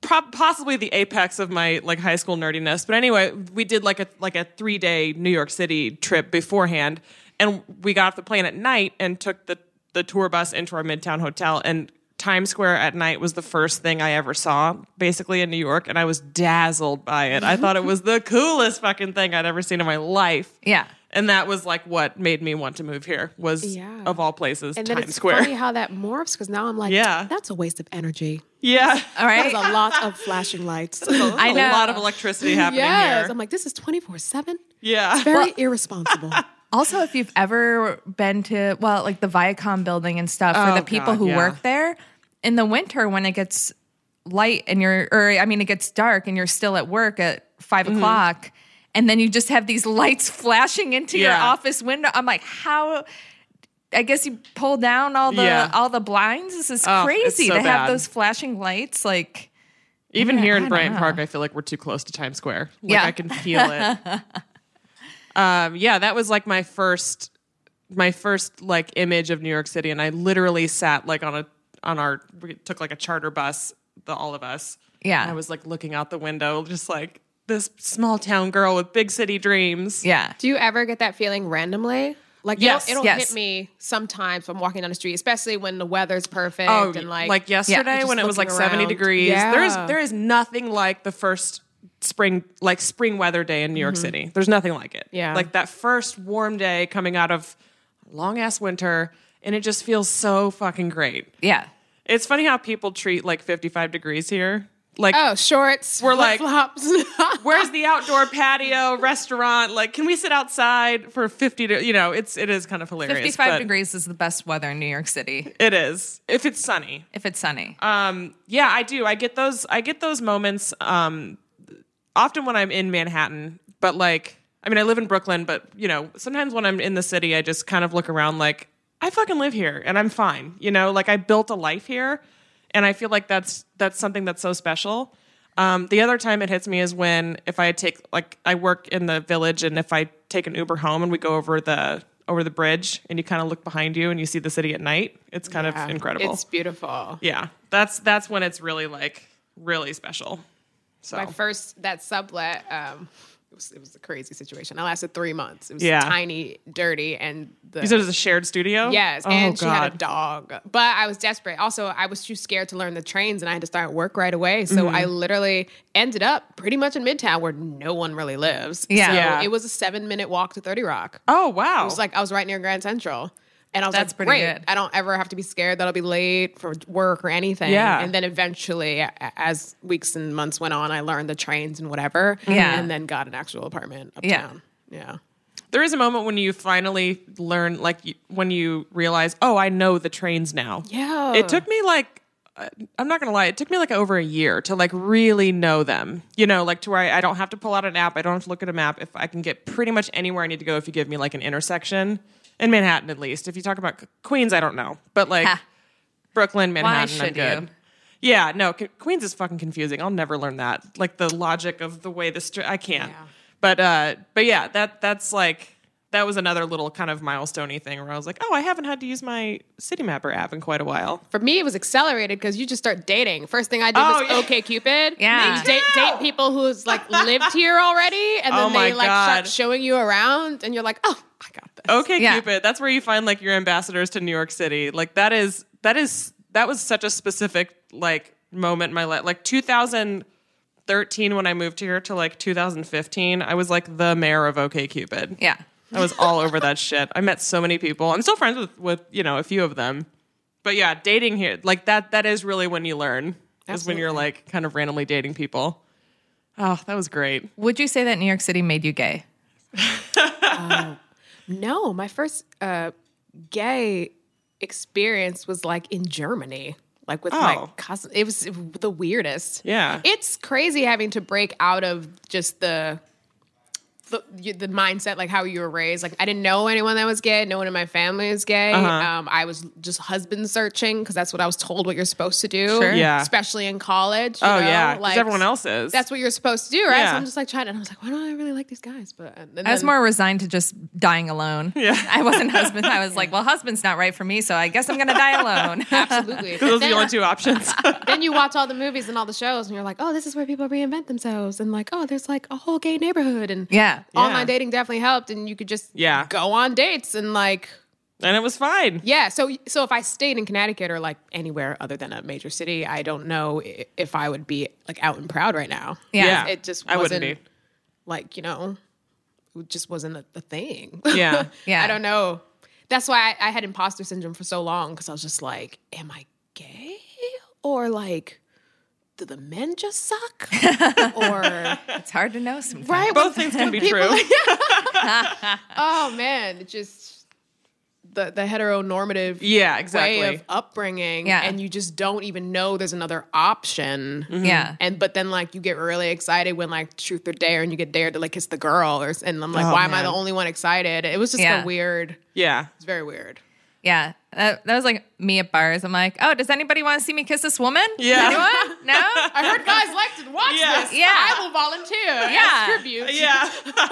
pro- Possibly the apex of my like high school nerdiness, but anyway, we did like a like a three day New York City trip beforehand, and we got off the plane at night and took the the tour bus into our Midtown hotel. And Times Square at night was the first thing I ever saw, basically in New York, and I was dazzled by it. I thought it was the coolest fucking thing I'd ever seen in my life. Yeah. and that was like what made me want to move here. Was Yeah. of all places, And then Times it's Square. funny how that morphs because now I'm like, Yeah. that's a waste of energy. Yeah. All right. There's a lot of flashing lights. I know. a lot of electricity happening yes. here. I'm like, this is 24 7. yeah. Very irresponsible. Also, if you've ever been to, well, like the Viacom building and stuff for Oh, the people God, who yeah. work there in the winter when it gets light and you're, or I mean, it gets dark and you're still at work at 5 Mm-hmm. o'clock. And then you just have these lights flashing into your Yeah. office window. I'm like, how? I guess you pull down all the Yeah. all the blinds. This is Oh, it's crazy so to have bad. those flashing lights. Like, Even here in I Bryant dunno. Park, I feel like we're too close to Times Square. Like Yeah. I can feel it. um, yeah, that was like my first my first like image of New York City and I literally sat like on a on our we took like a charter bus, the all of us. Yeah. And I was like looking out the window just like this small town girl with big city dreams. yeah, Do you ever get that feeling randomly? Like Yes, it'll, it'll yes. hit me sometimes when I'm walking down the street, especially when the weather's perfect Oh, and like, yesterday just when it was like looking 70 around. degrees. Yeah. There's there is nothing like the first spring like spring weather day in New York City. There's nothing like it. Mm-hmm. Yeah. Like that first warm day coming out of long ass winter and it just feels so fucking great. yeah. It's funny how people treat like 55 degrees here. Like oh shorts, We're like- flops. where's the outdoor patio restaurant? Like can we sit outside for 50 to, you know, it's it is kind of hilarious. 55 but degrees is the best weather in New York City It is. If it's sunny. if it's sunny. um yeah i do i get those i get those moments um often when i'm in manhattan but like i mean i live in brooklyn but you know sometimes when i'm in the city i just kind of look around like i fucking live here and i'm fine you know like i built a life here and i feel like that's that's something that's so special um, the other time it hits me is when if I take like I work in the village and if I take an Uber home and we go over the over the bridge and you kind of look behind you and you see the city at night, it's kind of incredible. It's beautiful. Yeah, that's that's when it's really like really special. So My first that sublet, um, it was, it was a crazy situation. I lasted three months. It was Yeah. tiny, dirty, and the you said it was a shared studio. Yes, Oh God. and she had a dog. But I was desperate. Also, I was too scared to learn the trains, and I had to start work right away. So I Mm-hmm. literally ended up pretty much in Midtown, where no one really lives. Yeah. so Yeah. it was a seven-minute walk to Thirty Rock. Oh wow. It was like I was right near Grand Central. And I was That's like, pretty great. good. I don't ever have to be scared that I'll be late for work or anything. Yeah. And then eventually, a- as weeks and months went on, I learned the trains and whatever. Yeah. And then got an actual apartment Yeah. uptown. Yeah. there is a moment when you finally learn, like you, when you realize, oh, I know the trains now. Yeah. It took me like. uh, I'm not gonna lie. It took me like over a year to like really know them. You know, like to where I, I don't have to pull out an app. I don't have to look at a map. If I can get pretty much anywhere I need to go, if you give me like an intersection in Manhattan, at least. If you talk about Queens, I don't know, but like Ha. Brooklyn, Manhattan, should I'm good. you? Yeah, no, Q- Queens is fucking confusing. I'll never learn that. Like the logic of the way the stri- I can't. But uh but yeah, that that's like that was another little kind of milestoney thing where I was like, "Oh, I haven't had to use my City Mapper app in quite a while." For me, it was accelerated because you just start dating. First thing I did Oh, was yeah. OK Cupid. Yeah. You date, date people who's like lived here already, and then Oh, my they like start God. showing you around, and you're like, oh, I got this. Okay, Yeah. Cupid. That's where you find like your ambassadors to New York City. Like that is that is that was such a specific like moment in my life. Like 2000 13 when I moved here to like 2015, I was like the mayor of OK Cupid. Yeah. I was all over that shit. I met so many people. I'm still friends with with you know a few of them. But yeah, dating here like that that is really when you learn is when you're like kind of randomly dating people. Oh, that was great. Would you say that New York City made you gay? No, my first uh, gay experience was like in Germany, like with my Oh. cousin. It was the weirdest. Yeah. it's crazy having to break out of just the. The, you- the mindset, like how you were raised, like I didn't know anyone that was gay. No one in my family is gay. Uh-huh. Um, I was just husband searching because that's what I was told what you're supposed to do. Sure. Yeah. especially in college. you Oh know? yeah, 'cause everyone else is. That's what you're supposed to do, right? Yeah. So I'm just like trying, and I was like, why don't I really like these guys? But uh, and I was then- more resigned to just dying alone. Yeah. I wasn't husband. I was like, well, husband's not right for me, so I guess I'm going to die alone. absolutely. those are Then- the only two options. then you watch all the movies and all the shows and you're like, oh, this is where people reinvent themselves and like, oh, there's like a whole gay neighborhood and yeah. online dating definitely helped and you could just Yeah. go on dates and like and it was fine. yeah, so so if I stayed in Connecticut or like anywhere other than a major city, I don't know i- if I would be like out and proud right now. Yeah. It just I wasn't wouldn't be. like, you know, it just wasn't a, a thing. Yeah. Yeah. I don't know. That's why I, I had imposter syndrome for so long because I was just like, am I gay? Or like, do the men just suck? or, It's hard to know sometimes. right? Both things can be true. Oh man, it just the, the heteronormative Yeah, way exactly. of upbringing. Yeah. Mm-hmm. And you just don't even know there's another option. Yeah. And but then like you get really excited when like truth or dare and you get dared to like kiss the girl or s- and I'm like why am I the only one excited? It was just Yeah. a weird. Yeah. It's very weird. Yeah. That, that was like me at bars. I'm like, oh, does anybody want to see me kiss this woman? Yeah. Anyone? No? I heard guys like to watch Yeah. this. Yeah. I will volunteer. Yeah. Yeah, as tribute.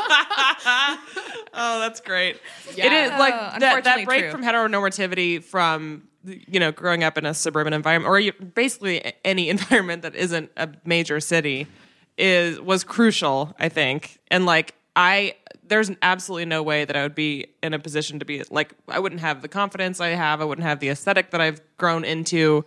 Yeah. oh, that's great. It is Yeah. like Oh, that, unfortunately that break true. from heteronormativity from you know growing up in a suburban environment or you- basically a- any environment that isn't a major city is was crucial, I think. And like I there's absolutely no way that I would be in a position to be like I wouldn't have the confidence I have, I wouldn't have the aesthetic that I've grown into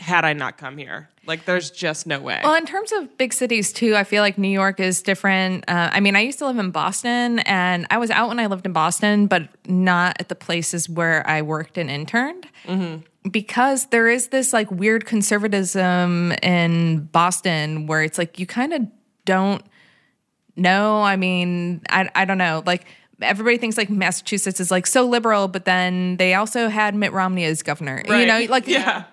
had I not come here. Like there's just no way. Well, in terms of big cities too, I feel like New York is different. Uh, I mean, I used to live in Boston, and I was out when I lived in Boston, but not at the places where I worked and interned. Mm-hmm. Because there is this like weird conservatism in Boston where it's like you kind of don't know. I mean, I, I don't know. Like everybody thinks like Massachusetts is like so liberal, but then they also had Mitt Romney as governor. You Right. know, like yeah.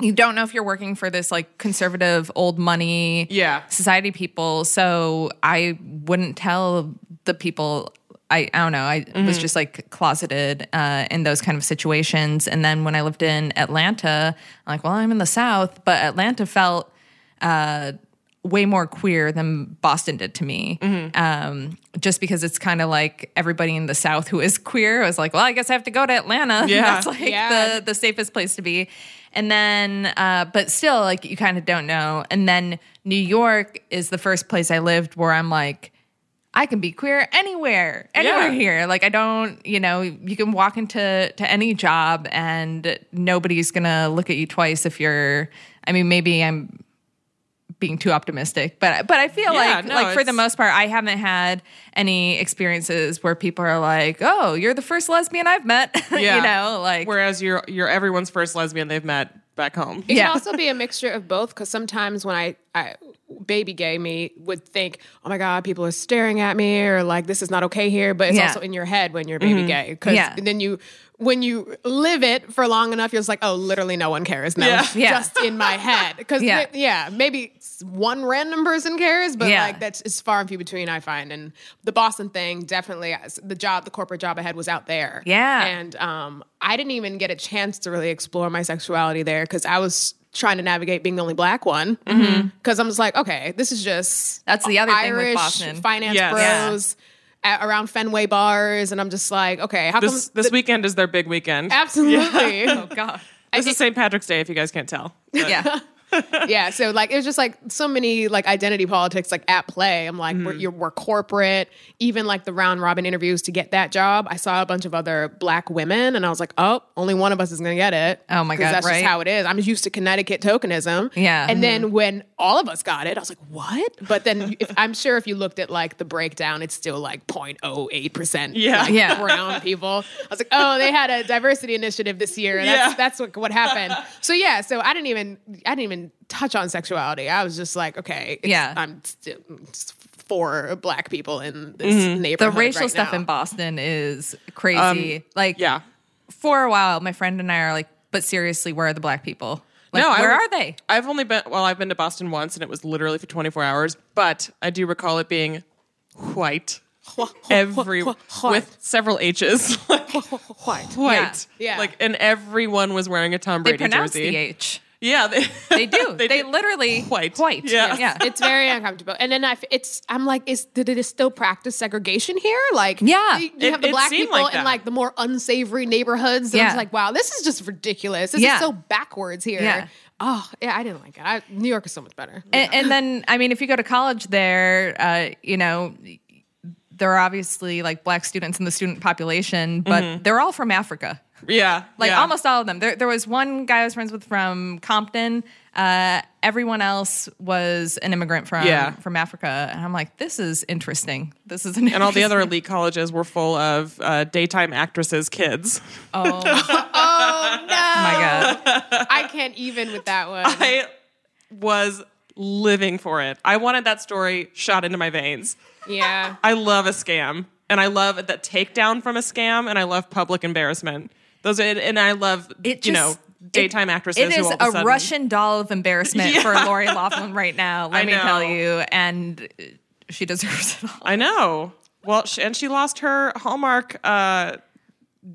you don't know if you're working for this like conservative old money Yeah. society people so i wouldn't tell the people i, I don't know i was Mm-hmm. just like closeted uh, in those kind of situations and then when i lived in atlanta i'm like well i'm in the south but atlanta felt uh, way more queer than Boston did to me. Mm-hmm. Um, just because it's kind of like everybody in the South who is queer was like, well, I guess I have to go to Atlanta. Yeah. That's like the, the safest place to be. And then, uh, but still, like, you kind of don't know. And then New York is the first place I lived where I'm like, I can be queer anywhere, anywhere Yeah. here. Like I don't, you know, you can walk into to any job and nobody's gonna look at you twice if you're. I mean, maybe I'm being too optimistic, but but I feel Yeah, like no, like for the it's- most part, I haven't had any experiences where people are like, "Oh, you're the first lesbian I've met," you know, like whereas you're you're everyone's first lesbian they've met back home. It Yeah. can also be a mixture of both because sometimes when I, I, baby gay me would think, oh my God, people are staring at me or like this is not okay here. But it's Yeah. Mm-hmm. also in your head when you're baby gay. 'Cause Yeah. then you, when you live it for long enough, you're just like, oh, literally no one cares now. Yeah. Yeah. Just in my head. Because, Yeah. yeah. maybe s- one random person cares, but Yeah. like that's it's far and few between, I find. And the Boston thing definitely, uh, the job, the corporate job I had was out there. Yeah. And and um, I didn't even get a chance to really explore my sexuality there because I was trying to navigate being the only black one. Because I'm just like, okay, this is just Mm-hmm. That's the other thing with Irish Boston. finance Yes. Yeah. bros at, around Fenway bars, and I'm just like, okay, how This come? this weekend is their big weekend. Absolutely. oh god, This is St. Patrick's Day, if you guys can't tell. But yeah. yeah. So like it was just like so many like identity politics like at play. I'm like Hmm. we're, you're, we're corporate. Even like the round robin interviews to get that job, I saw a bunch of other black women, and I was like, oh, only one of us is gonna get it. Oh my 'Cause God, that's right? just how it is. I'm used to Connecticut tokenism. Yeah. Mm-hmm. And then when all of us got it, I was like, what? But then if, I'm sure if you looked at like the breakdown, it's still like 0.08 percent. Yeah. Yeah. Brown people. I was like, oh, they had a diversity initiative this year. And Yeah. That's that's what what happened. So yeah. So I didn't even I didn't even touch on sexuality. I was just like, okay, it's- Yeah. I'm st- it's four black people in this Mm-hmm. the neighborhood. racial right stuff now. in Boston is crazy. like, Um, yeah. for a while, my friend and I are like, but seriously, where are the black people? Like, no, I where w- are they? I've only been well, I've been to Boston once, and it was literally for 24 hours. But I do recall it being white, every with several H's, like white, white, Yeah. like, and everyone was wearing a Tom They Brady pronounce jersey. the H. Yeah, they, They do. they did. literally White. White. Yeah. yeah. it's very uncomfortable. And then I, f- it's, I'm like, is did it still practice segregation here? Like, Yeah. you, you It- have the it black seemed people like in that. like the more unsavory neighborhoods. And I Yeah. was like, wow, this is just ridiculous. This Yeah. is so backwards here. Yeah. Oh, yeah, I didn't like it. I, New York is so much better. and, and then I mean, if you go to college there, uh, you know, there are obviously like black students in the student population, but Mm-hmm. they're all from Africa. yeah, Like yeah. almost all of them. There, there was one guy I was friends with from Compton. Uh, everyone else was an immigrant from Yeah. from Africa, and I'm like, this is interesting. This is an And all the other elite colleges were full of uh, daytime actresses' kids. oh, no. my god. I can't even with that one. I was living for it. I wanted that story shot into my veins. Yeah. I love a scam, and I love the takedown from a scam, and I love public embarrassment. Those are, and I love It you know just- daytime it- actresses. It who is all of a, sudden- Russian doll of embarrassment for Lori Laughlin right now. Let I me know. tell you, and she deserves it all. I know. Well, she, and she lost her Hallmark. Uh,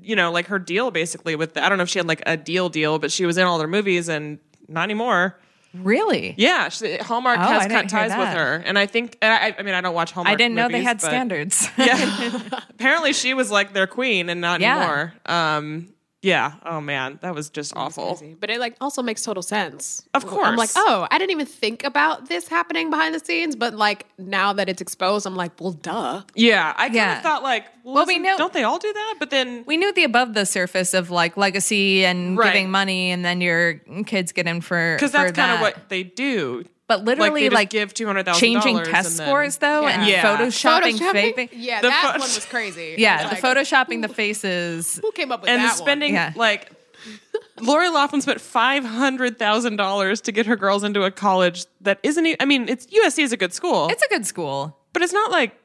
you know, like her deal basically with. The, I don't know if she had like a deal deal, but she was in all their movies, and not anymore. Really? Yeah, she, Hallmark Oh, I has didn't cut ties hear with that. her, and I think. And I, I mean, I don't watch Hallmark. I didn't know they movies, had but- standards. Yeah. Apparently, she was like their queen, and not Yeah. anymore. Um. Yeah. Oh man, that was just awful. But it like also makes total sense. Of I'm like, course. oh, I didn't even think about this happening behind the scenes, but like now that it's exposed, I'm like, well, duh. Yeah, I kind Yeah. of thought like, well, Well, we isn't- know- don't they all do that? But then, we knew the above the surface of like legacy and Right. giving money, and then your kids get in for because for that's kind that. of what they do. But literally, they just like, give $200,000 changing and test then- scores though, and Yeah. photoshopping, Photoshopping? fake- Yeah, The that pho- one was crazy. Yeah, Like, the photoshopping the faces. Who came up with and that the spending Yeah. like. Lori Laughlin spent five hundred thousand dollars to get her girls into a college that isn't. e- I mean, it's USC is a good school, It's a good school. but it's not like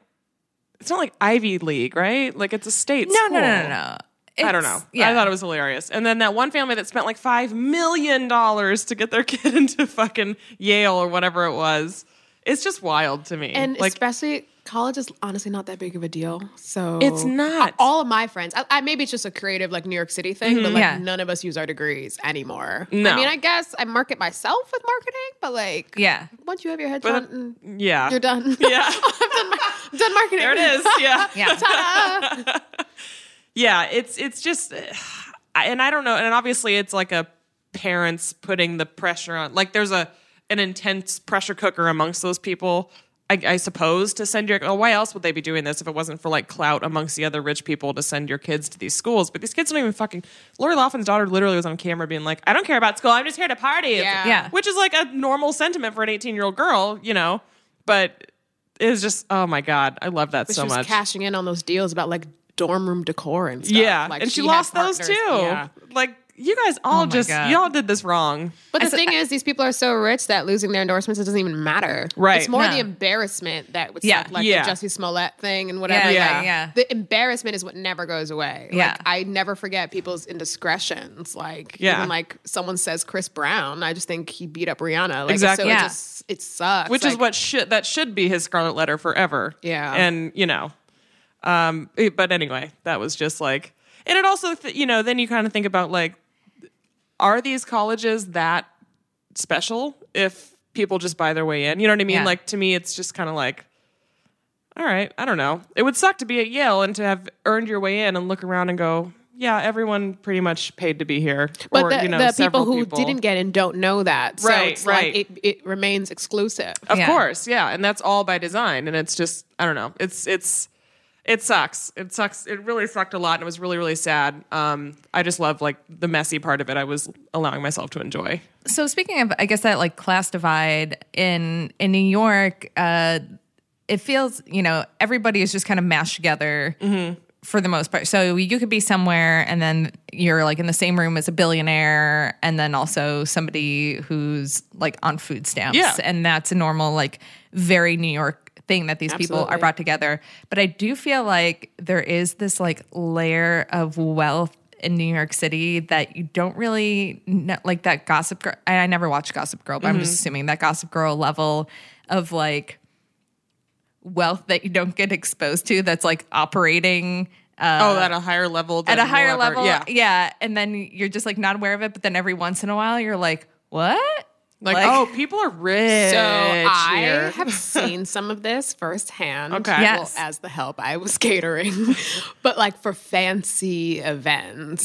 it's not like Ivy League, right? Like it's a state. No, school. no, no, no, no. I don't It's- know. I thought it was hilarious. And then that one family that spent like five million dollars to get their kid into fucking Yale or whatever it was. It's just wild to me. One. And like especially college is honestly not that big of a deal. So It's not. All of my friends, I, I, maybe it's just a creative like New York City thing, but like Yeah. none of us use our degrees anymore. Mm-hmm. No. I mean, I guess I market myself with marketing, but like, Yeah. once you have your head But- done, mm, yeah. you're done. Yeah. I'm done marketing. there it is. Yeah. Yeah. Yeah, it's it's just, I- and I don't know, and obviously it's like a parents putting the pressure on. Like there's a an intense pressure cooker amongst those people, I, I suppose, to send your. Well, why else would they be doing this if it wasn't for like clout amongst the other rich people to send your kids to these schools? But these kids don't even fucking. Lori Laughlin's daughter literally was on camera being like, "I don't care about school. I'm just here to party." Yeah. Yeah. which is like a normal sentiment for an 18 year old girl, you know, but. It was just, oh my God, I love that But so she was much. cashing in on those deals about like dorm room decor and stuff. Yeah, Like, and she, had lost those partners. too. Yeah. Oh Like you guys all my just God. y'all did this wrong. But the thing is, these people are so rich that losing their endorsements it doesn't even matter. Right. It's more No. the embarrassment that would Yeah. suck, like Yeah. the Jesse Smollett thing and whatever. Yeah, like, yeah. The embarrassment is what never goes away. Yeah. Like I never forget people's indiscretions. Like Yeah. even like someone says Chris Brown, I just think he beat up Rihanna. Like Exactly. so Yeah. it just it sucks. Which is Like, what should that should be his scarlet letter forever. Yeah. and you know, um, it- but anyway, that was just like, and it also th- you know then you kind of think about like, are these colleges that special if people just buy their way in? You know what I mean? Yeah. Like to me, it's just kind of like. All right, I don't know. It would suck to be at Yale and to have earned your way in and look around and go, yeah, everyone pretty much paid to be here. But or, the, you know, the people several who didn't get in don't know that. So Right, it's right. like it, it remains exclusive. Of Yeah. course, yeah, and that's all by design. And it's just I don't know. It's it's it sucks. It sucks. It really sucked a lot, and it was really really sad. Um, I just love like the messy part of it. I was allowing myself to enjoy. So speaking of, I guess that like class divide in in New York, uh, it feels you know everybody is just kind of mashed together for the most part. So you could be somewhere and then you're like in the same room as a billionaire and then also somebody who's like on food stamps, Yeah. and that's a normal like very New York thing that these people are brought together. But I do feel like there is this like layer of wealth in New York City that you don't really know, like that Gossip Girl. And I never watched Gossip Girl, but I'm just assuming that Gossip Girl level of like wealth that you don't get exposed to that's like operating oh, at a higher level. Uh, at than a higher we'll ever- level. yeah. And then you're just like not aware of it. But then every once in a while, you're like, what? Like, oh, people are rich. So I here. have seen some of this firsthand. Okay. Yes. Well, as the help I was catering, but like for fancy events.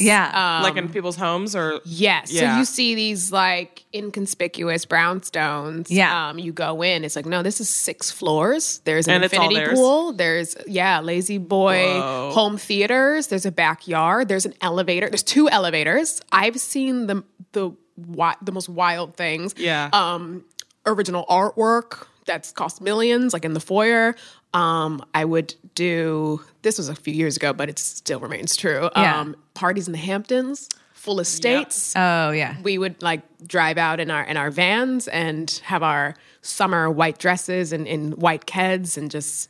Yeah. Um, like in people's homes or Yes. Yeah. So you see these like inconspicuous brownstones. Yeah. Um, you go in, it's like, no, this is six floors. There's an And it's all infinity theirs. pool. There's, yeah, lazy boy Whoa. home theaters. There's a backyard. There's an elevator. There's two elevators. I've seen the, the, wi- the most wild things. Yeah. Um, original artwork that's cost millions, like in the foyer. Um, I would do, this was a few years ago, but it still remains true. Yeah. Um, parties in the Hamptons, full estates Oh, yeah. we would like drive out in our in our vans and have our summer white dresses and in white keds and just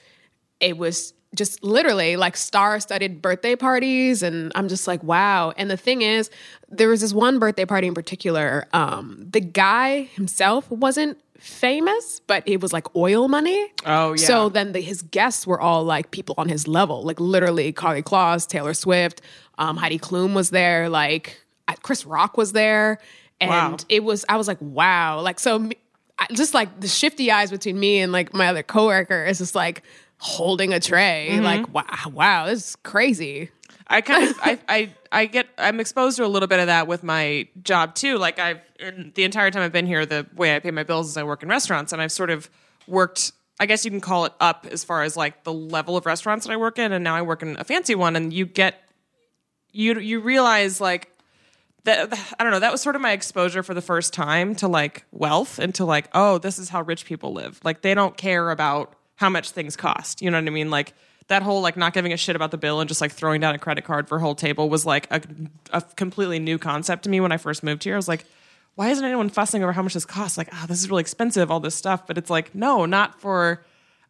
it was just literally like star-studded birthday parties and i'm just like wow and the thing is there was this one birthday party in particular um, the guy himself wasn't famous but it was like oil money Oh, yeah. so then the, his guests were all like people on his level like literally carly claus taylor swift um, heidi klum was there like I- chris rock was there and Wow. it was i was like wow like so me- I, just like the shifty eyes between me and like my other coworker is just like holding a tray like wow wow this is crazy I kind of I, I I get I'm exposed to a little bit of that with my job too. Like I've in, the entire time I've been here, the way I pay my bills is I work in restaurants, and I've sort of worked. I guess you can call it up as far as like the level of restaurants that I work in, and now I work in a fancy one, and you get you you realize like that I don't know that was sort of my exposure for the first time to like wealth and to like oh this is how rich people live like they don't care about how much things cost you know what I mean like that whole like not giving a shit about the bill and just like throwing down a credit card for a whole table was like a, a completely new concept to me when I first moved here I was like why isn't anyone fussing over how much this costs like ah this is really expensive all this stuff but it's like no not for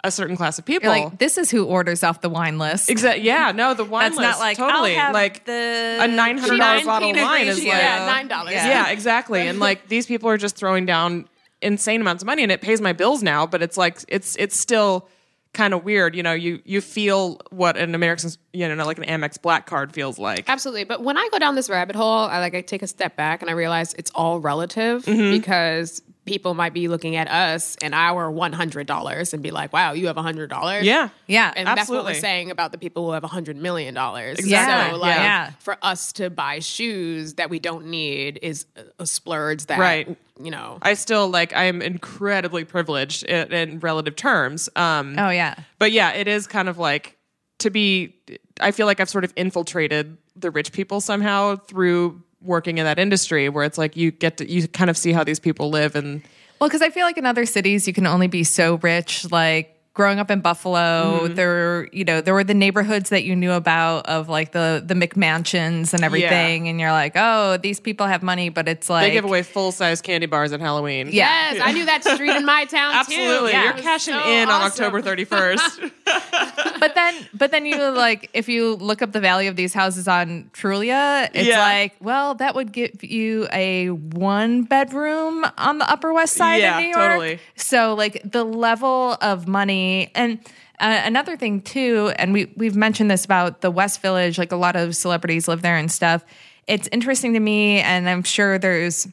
a certain class of people You're like, this is who orders off the wine list. Exactly. Yeah. No, the wine That's list. not like, totally. I'll have like the a nine hundred dollar nine bottle of Pinot wine is like Grigio. yeah nine dollars yeah. exactly. And like these people are just throwing down insane amounts of money and it pays my bills now, but it's like it's it's still kind of weird, you know, you you feel what an American you know, like an Amex black card feels like. Absolutely. But when I go down this rabbit hole, I like I take a step back and I realize it's all relative because people might be looking at us and our one hundred dollars and be like, Wow, you have hundred dollars. Yeah. Yeah. And that's what absolutely. we're saying about the people who have hundred million dollars. Exactly. So like Yeah. for us to buy shoes that we don't need is a- a splurge that Right. you know I still like I am incredibly privileged in, in relative terms. Um Oh, yeah. But yeah, it is kind of like to be. I feel like I've sort of infiltrated the rich people somehow through working in that industry, where it's like you get to you kind of see how these people live, and Well, because I feel like in other cities you can only be so rich. Like growing up in Buffalo, Mm-hmm. there were you know there were the neighborhoods that you knew about of like the the McMansions and everything, and you're like, oh, these people have money, but it's like they give away full size candy bars at Halloween. Yeah. Yes, I knew that street in my town Absolutely, too. Yeah. you're It was cashing so in on awesome. October 31st. but then but then you like if you look up the value of these houses on Trulia, it's Yeah. like, well, that would give you a one bedroom on the Upper West Side Yeah, of New York. totally. So like the level of money and uh, another thing too, and we we've mentioned this about the West Village, like a lot of celebrities live there and stuff. It's interesting to me, and I'm sure there's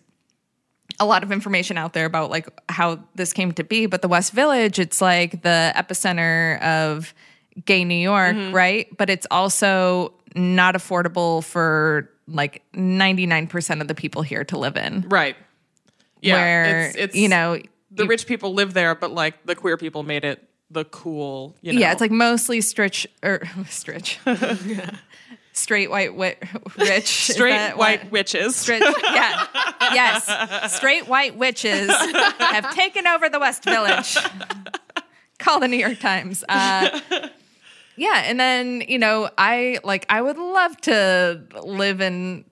a lot of information out there about like how this came to be, but the West Village, it's Mm-hmm. like the epicenter of gay New York, right? But it's also not affordable for like 99% of the people here to live in. Right. Yeah. where, it's, it's you know, the rich people live there, but like the queer people made it the cool. You know, Yeah, it's like mostly stritch or stritch. Straight white wit- rich. Is straight that white what- witches. Stritch, yeah. Yes. Straight white witches have taken over the West Village. Call the New York Times. Uh, yeah. And then, you know, I like, I would love to live in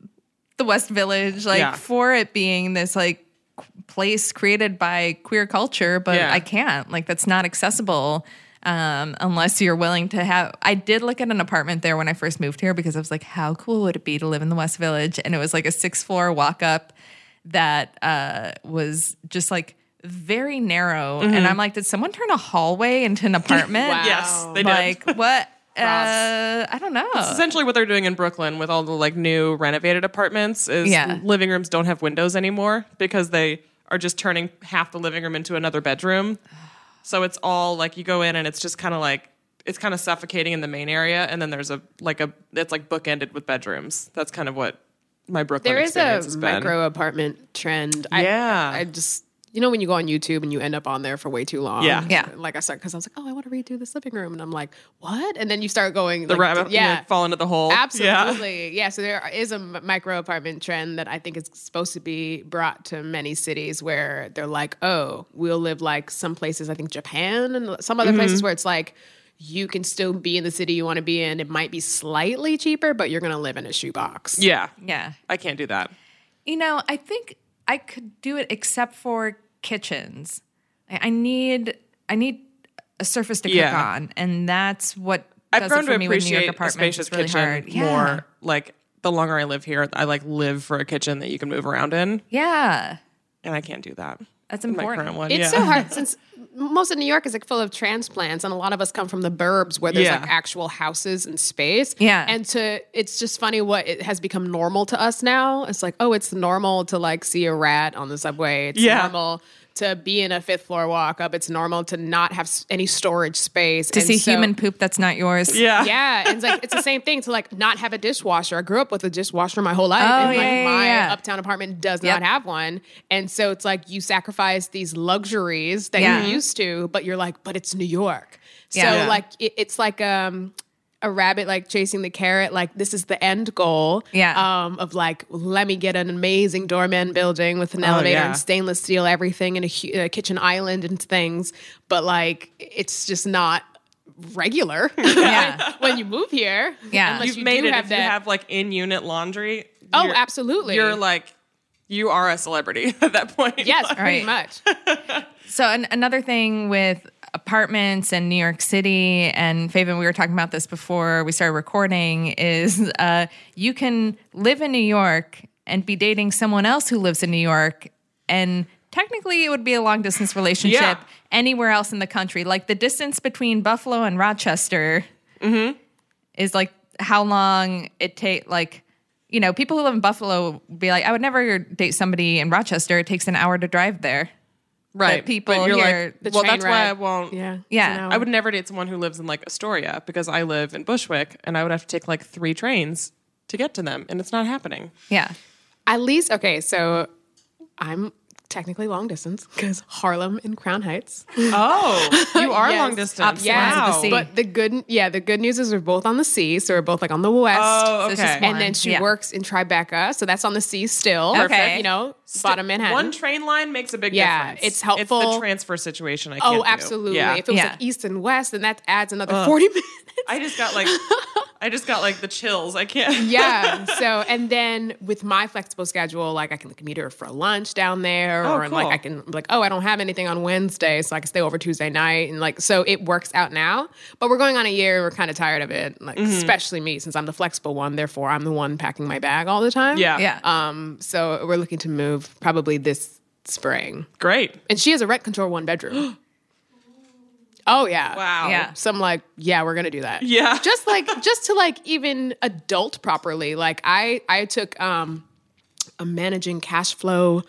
the West Village, like, Yeah. for it being this, like, qu- place created by queer culture, but Yeah. um, I can't. Like, that's not accessible. Um, unless you're willing to have, I did look at an apartment there when I first moved here because I was like, how cool would it be to live in the West Village? And it was like a six floor walk up that uh, was just like very narrow. And I'm like, did someone turn a hallway into an apartment? Mm-hmm. Yes, they did. Like, what? Uh, I don't know. essentially what they're doing in Brooklyn with all the like new renovated apartments is Yeah. living rooms don't have windows anymore because they are just turning half the living room into another bedroom. So it's all like you go in and it's just kind of like it's kind of suffocating in the main area and then there's a like a it's like bookended with bedrooms. That's kind of what my Brooklyn There is a experience has been. micro apartment trend. I- Yeah. I, just you know when you go on YouTube and you end up on there for way too long. Yeah. Yeah. Like I said, because I was like, oh, I want to redo this living room, and I'm like, what? And then you start going the like, rabbit yeah. yeah, fall into the hole. Yeah. Absolutely. Yeah. So there is a m- micro apartment trend that I think is supposed to be brought to many cities where they're like, oh, we'll live like some places, I think Japan and some other places where it's like, you can still be in the city you want to be in. It might be slightly cheaper, but you're going to live in a shoebox. Yeah. yeah. I can't do that. You know, I think I could do it except for kitchens. I, I need I need a surface to cook Yeah. on, and that's what I've does grown it for to me with New York appreciate a apartments. spacious It's really kitchen hard. Yeah. more. Like the longer I live here, I like live for a kitchen that you can move around in, Yeah, and I can't do that. that's in my important. current one. It's yeah. so hard since most of New York is like full of transplants, and a lot of us come from the burbs where there's Yeah. like actual houses and space. Yeah. and to it's just funny what it has become normal to us now. It's like oh, it's normal to like see a rat on the subway. It's Yeah. normal to be in a fifth floor walk up. It's normal to not have s- any storage space. To And see so- human poop that's not yours. Yeah. yeah, and it's like it's the same thing to like not have a dishwasher. I grew up with a dishwasher my whole life, Oh, and like yeah, yeah, my yeah. uptown apartment does Yep. not have one, and so it's like you sacrifice these luxuries that Yeah. you're used to, but you're like, but it's New York, so Yeah. like it, it's like um. A rabbit like chasing the carrot, like this is the end goal. Yeah. Um, of like, let me get an amazing doorman building with Oh, an elevator yeah. and stainless steel everything and a, hu- a kitchen island and things. But like, it's just not regular Yeah. when you move here. Yeah. unless You've you made do it have if that. you have like in unit laundry. oh, you're- absolutely. You're like, you are a celebrity at that point. yes, Like, Right. pretty much. So an- another thing with apartments and New York City and Faven, we were talking about this before we started recording, is uh, you can live in New York and be dating someone else who lives in New York, and technically it would be a long distance relationship Yeah. anywhere else in the country. Like the distance between Buffalo and Rochester Mm-hmm. is like how long it take like you know people who live in buffalo would be like i would never date somebody in rochester it takes an hour to drive there right. But people you're here- like, The well, train that's why ride. I won't. Yeah. Yeah. It's an hour. I would never date someone who lives in like Astoria because I live in Bushwick and I would have to take like three trains to get to them and it's not happening. Yeah. At least, okay, so I'm technically long distance because Harlem and Crown Heights. Oh, you are Yes. long distance. Opposite ends of the Wow. sea. But the good, yeah, the good news is we're both on the sea, so we're both like on the west. Oh, So it's okay. just And then she Yeah. works in Tribeca, so that's on the sea still. Okay. you know, bottom Manhattan. One train line makes a big Yeah, difference. it's helpful. the transfer situation. I can't oh, do. absolutely. Yeah. If it was Yeah. like east and west, then that adds another forty minutes. I just got like, I just got like the chills. I can't. yeah. So, and then with my flexible schedule, like I can commute her for lunch down there, Oh, or like cool. I can like, oh, I don't have anything on Wednesday, so I can stay over Tuesday night, and like, so it works out now. But we're going on a year, we're kind of tired of it, like Mm-hmm. especially me since I'm the flexible one, therefore I'm the one packing my bag all the time. Yeah. Yeah. Um. So we're looking to move probably this spring, Great. and she has a rent control one bedroom. oh yeah. Wow. Yeah. Some like, yeah, we're gonna do that. Yeah. Just like just to like even adult properly. Like I I took um a managing cash flow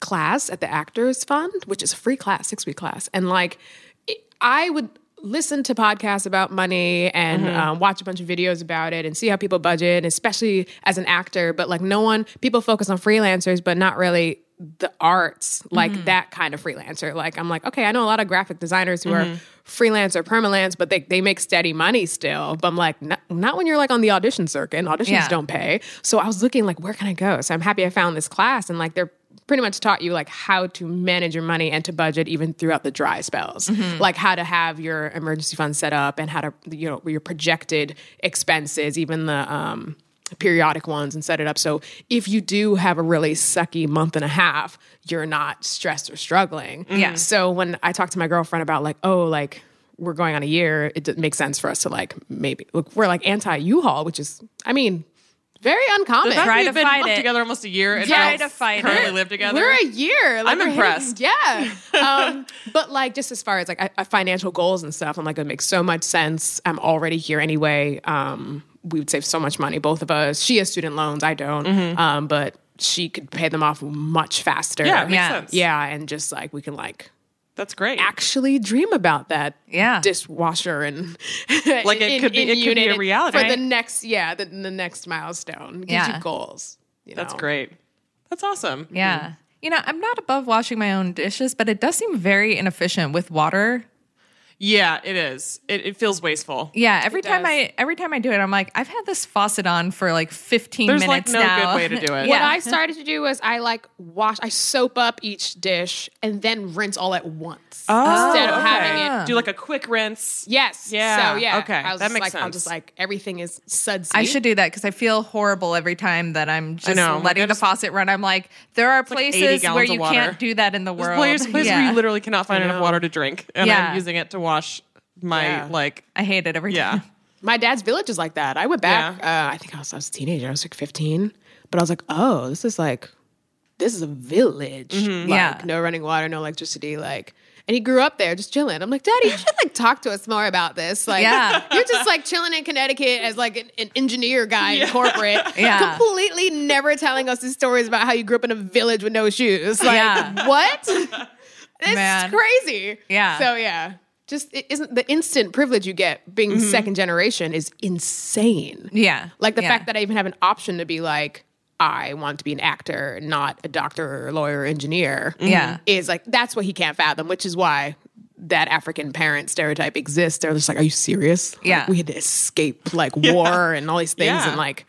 class at the Actors Fund, which is a free class, six week class, and like it- I would listen to podcasts about money and Mm-hmm. um, watch a bunch of videos about it and see how people budget, especially as an actor. But like, no one, people focus on freelancers, but not really the arts, like that kind of freelancer. Like, I'm like, okay, I know a lot of graphic designers who are freelance or permalance, but they, they make steady money still. But I'm like, not, not when you're like on the audition circuit and auditions Yeah. don't pay. So I was looking like, where can I go? So I'm happy I found this class and like, they're, pretty much taught you like how to manage your money and to budget even throughout the dry spells like how to have your emergency fund set up and how to you know your projected expenses even the um periodic ones and set it up so if you do have a really sucky month and a half you're not stressed or struggling Yeah. so when i talk to my girlfriend about like oh like we're going on a year it d- makes sense for us to like maybe look we're like anti u-haul which is i mean very uncommon That Try we've to been fight lived it. together almost a year. And Try now to fight currently it. live together. We're a year. Like, I'm we're hitting- impressed. yeah. Um, but like, just as far as like I, I- financial goals and stuff, I'm like, it makes so much sense. I'm already here anyway. Um, we would save so much money, both of us. She has student loans. I don't. Mm-hmm. Um, but she could pay them off much faster. yeah, it makes Yeah. sense. Yeah, And just like we can like that's great. actually dream about that. Yeah. Dishwasher and Like, it could be- it could be unit a reality. for the Right. next. Yeah. The, the next milestone gives Yeah. you goals. you That's know? great. That's awesome. Yeah. You know, I'm not above washing my own dishes, but it does seem very inefficient with water. Yeah, it is. It, it feels wasteful. Yeah, every time I every time I do it, I'm like, I've had this faucet on for like 15 There's like minutes no now. good way to do it. What yeah. I started to do was I like wash, I soap up each dish and then rinse all at once Oh, instead of Oh, having it. Do like a quick rinse. Yes. Yeah, So yeah. okay, I was that just makes like, I'm sense. just like everything is sudsy. I should do that because I feel horrible every time that I'm just know. Like, letting I the just- faucet run. I'm like, there are like 80 places where gallons of you water. can't do that in the There's world. places, places where Yeah. you literally cannot find enough water to drink, and Yeah. I'm using it to wash my Yeah. like. I hate it every Yeah, time. My dad's village is like that. I went back. Uh, I think I was, I was a teenager. I was like 15, but I was like, oh, this is like, this is a village. Like, Mm-hmm. Yeah. No running water, no electricity. Like, and he grew up there, just chilling. I'm like, Daddy, you should like talk to us more about this. Like, Yeah. you're just like chilling in Connecticut as like an, an engineer guy in corporate, Yeah. completely never telling us his stories about how you grew up in a village with no shoes. Like, Yeah. what? This Man. is crazy. Yeah. So yeah. Just it isn't the instant privilege you get being second generation is insane. Mm-hmm. Yeah. Like the Yeah. fact that I even have an option to be like, I want to be an actor, not a doctor or lawyer or engineer. Yeah. Is like that's what he can't fathom, which is why that African parent stereotype exists. They're just like, Are you serious? Like, Yeah. we had to escape like war and all these things Yeah. and like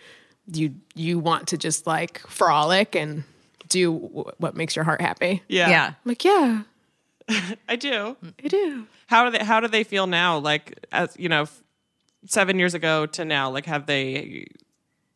you you want to just like frolic and do w- what makes your heart happy. yeah, Yeah. I'm like, yeah, I do. I do. How do they? How do they feel now? Like as you know, f- seven years ago to now, like have they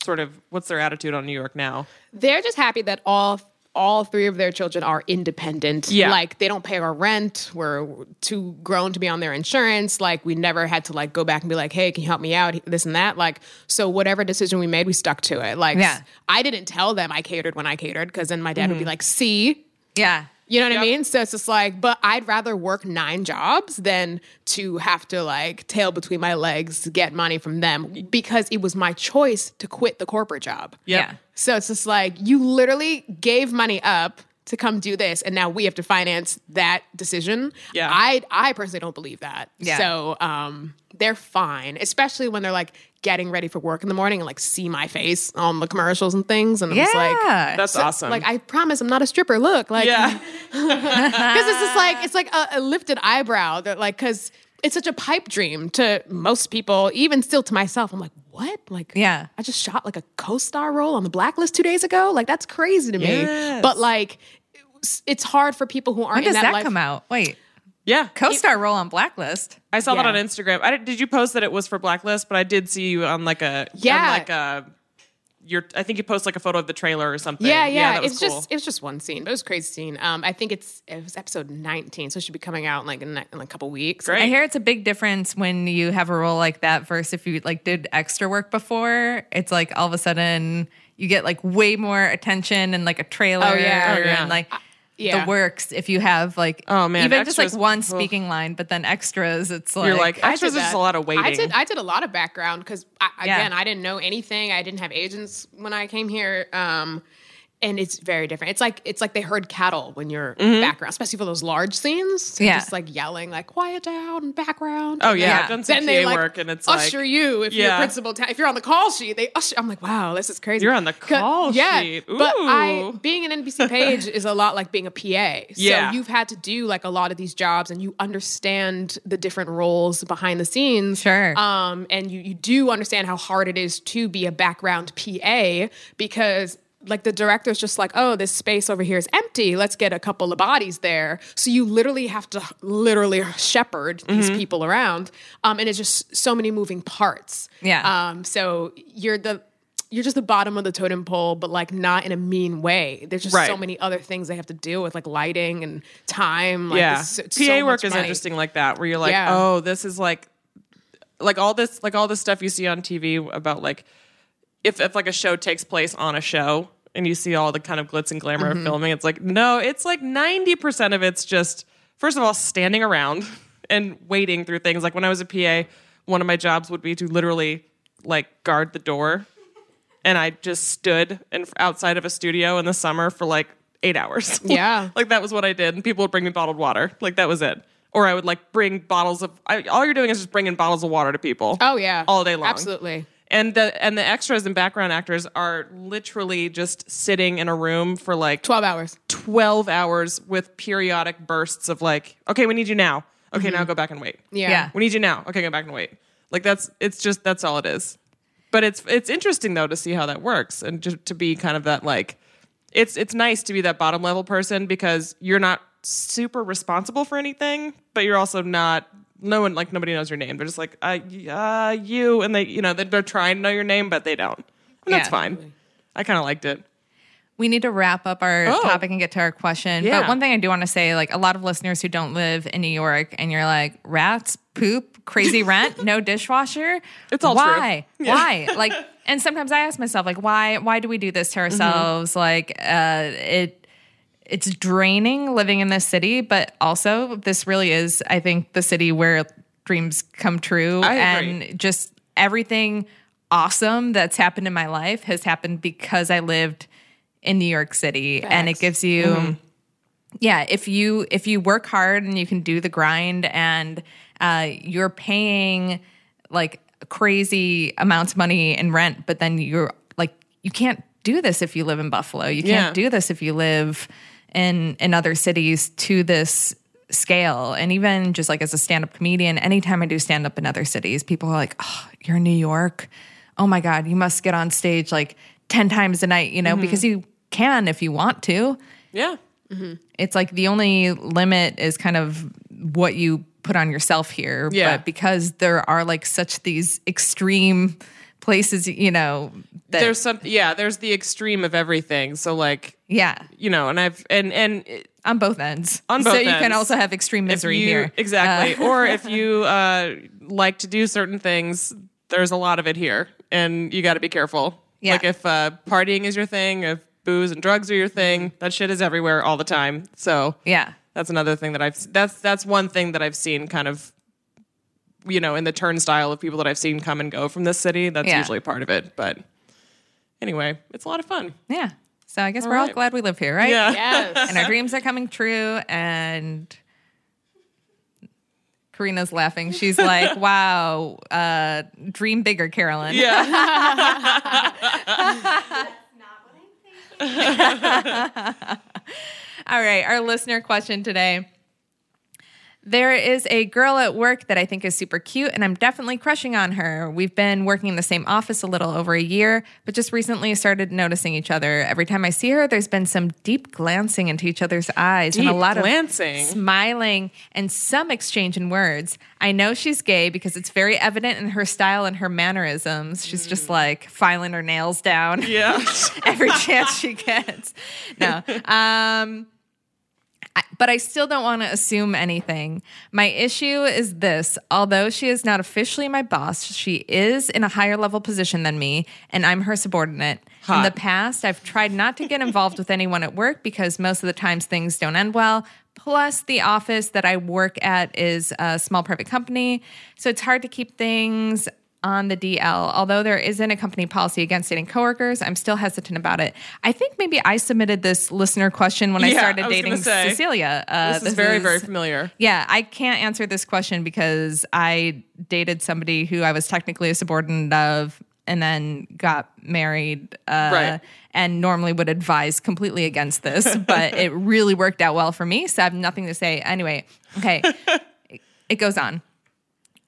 sort of what's their attitude on New York now? they're just happy that all all three of their children are independent. Yeah. Like they don't pay our rent. We're too grown to be on their insurance. Like we never had to like go back and be like, hey, can you help me out? This and that. Like, so whatever decision we made, we stuck to it. Like Yeah. I didn't tell them I catered when I catered, because then my dad would be like, see, Yeah. you know what I mean? So it's just like, but I'd rather work nine jobs than to have to like tail between my legs to get money from them because it was my choice to quit the corporate job. Yeah. So it's just like you literally gave money up to come do this, and now we have to finance that decision. Yeah. I I personally don't believe that. Yeah. So um, they're fine, especially when they're like getting ready for work in the morning and like see my face on the commercials and things, and I'm just like. Yeah. That's awesome. Like I promise, I'm not a stripper. Look, like yeah, because it's just like it's like a, a lifted eyebrow that like because it's such a pipe dream to most people, even still to myself. I'm like, what? Like, Yeah. I just shot like a co-star role on the Blacklist two days ago. Like that's crazy to me. Yes. But like, it's- it's hard for people who aren't. when does in that, that life- come out? Wait. yeah. Co-star role on Blacklist. I saw Yeah. that on Instagram. I did, did you post that it was for Blacklist? But I did see you on like a Yeah. on like a your. I think you post like a photo of the trailer or something. Yeah, yeah. that was it's cool. just it was just one scene, but it was a crazy scene. Um, I think it's it was episode 19, so it should be coming out in like in, in a couple weeks. Great. I hear it's a big difference when you have a role like that versus if you like did extra work before. It's like all of a sudden you get like way more attention and like a trailer Oh, yeah. Oh, yeah. and like yeah. the works if you have like Oh, man, even just like extras- one ugh. speaking line, but then extras it's like You're like, I extras did is just a that. lot of waiting. I did. I did a lot of background because Yeah. again, I didn't know anything. I didn't have agents when I came here, um, and it's very different. It's like it's like they herd cattle when you're Mm-hmm. background, especially for those large scenes. So Yeah. just like yelling, like quiet down, background. Oh yeah, Yeah. I've done some Then they PA like work, and it's usher like you if you're Yeah. a principal. Ta- if you're on the call sheet, they usher. I'm like, wow, this is crazy. You're on the Co- call yeah, sheet. But I Ooh. being an NBC page is a lot like being a PA. Yeah. So you've had to do like a lot of these jobs, and you understand the different roles behind the scenes. Sure. Um, and you you do understand how hard it is to be a background PA because like the director's just like, oh, this space over here is empty. Let's get a couple of bodies there. So you literally have to literally shepherd these Mm-hmm. people around, um, and it's just so many moving parts. Yeah. Um, so you're the you're just the bottom of the totem pole, but like not in a mean way. There's just so Right. many other things they have to deal with, like lighting and time. Like, yeah, there's so- PA so work much is money. interesting like that, where you're like, Yeah. oh, this is like, like all this, like all this stuff you see on TV about like, if if like a show takes place on a show, and you see all the kind of glitz and glamour Mm-hmm. of filming, it's like no, it's like ninety percent of it's just first of all standing around and waiting through things. Like when I was a PA, one of my jobs would be to literally like guard the door and I just stood in, outside of a studio in the summer for like eight hours. Yeah. like that was what I did. And people would bring me bottled water. Like that was it. Or I would like bring bottles of. I, all you're doing is just bringing bottles of water to people. Oh yeah, all day long. Absolutely. And the and the extras and background actors are literally just sitting in a room for like 12 hours. 12 hours with periodic bursts of like, okay, we need you now. Okay, now go back and wait. Yeah. Yeah. We need you now. Okay, go back and wait. Like that's it's just that's all it is. But it's it's interesting though to see how that works and to, to be kind of that like it's it's nice to be that bottom level person because you're not super responsible for anything, but you're also not no one like nobody knows your name. They're just like uh, y- uh you and they you know they- they're trying to know your name but they don't. And that's Yeah. fine. I kind of liked it. we need to wrap up our Oh. topic and get to our question. Yeah. But one thing I do want to say, like a lot of listeners who don't live in New York and you're like, rats, poop, crazy rent, no dishwasher. It's all true. why? Why? Like and sometimes I ask myself, like, why why do we do this to Mm-hmm. ourselves? Like uh it it's draining living in this city, but also this really is, I think, the city where dreams come true. I agree. and just everything awesome that's happened in my life has happened because I lived in New York City. And it gives you Mm-hmm. yeah, if you if you work hard and you can do the grind and uh, you're paying like crazy amounts of money in rent, but then you're like you can't do this if you live in Buffalo. You can't Yeah. do this if you live in in other cities to this scale. And even just like as a stand up comedian, anytime I do stand up in other cities, people are like, "Oh, you're in New York. Oh my god, you must get on stage like ten times a night," you know, because you can if you want to Yeah. it's like the only limit is kind of what you put on yourself here. Yeah. But because there are like such these extreme places, you know, that there's some yeah there's the extreme of everything so like yeah, you know and i've and and on both ends. On so both you can ends. also have extreme if misery you here. Uh, exactly or if you uh like to do certain things there's a lot of it here and you got to be careful Yeah. like if uh partying is your thing if booze and drugs are your thing that shit is everywhere all the time so Mm-hmm. Yeah. that's another thing that i've that's that's one thing that i've seen kind of you know in the turnstile of people that i've seen come and go from this city that's Yeah. usually part of it but anyway it's a lot of fun Yeah. So I guess we're all right. glad we live here, right? yeah Yes. And our dreams are coming true and Karina's laughing. She's like, "Wow, uh, dream bigger, Carolyn." Yeah. All right, our listener question today. There is a girl at work that I think is super cute, and I'm definitely crushing on her. We've been working in the same office a little over a year, but just recently started noticing each other. Every time I see her, there's been some deep glancing into each other's eyes and a Deep lot glancing? of smiling and some exchange in words. I know she's gay because it's very evident in her style and her mannerisms. She's just like filing her nails down Hmm. Yeah. every chance she gets. No. Um, I- but I still don't want to assume anything. My issue is this although she is not officially my boss, she is in a higher level position than me, and I'm her subordinate. In the past, I've tried not to get involved with anyone at work because most of the times things don't end well. Plus, the office that I work at is a small private company, so it's hard to keep things on the DL. Although there isn't a company policy against dating coworkers, I'm still hesitant about it. I think maybe I submitted this listener question when I Yeah, started I was dating gonna say, Cecilia. Uh, this, is very, very familiar. yeah, I can't answer this question because I dated somebody who I was technically a subordinate of and then got married uh, Right. and normally would advise completely against this, but it really worked out well for me. So I have nothing to say. Anyway, okay, it goes on.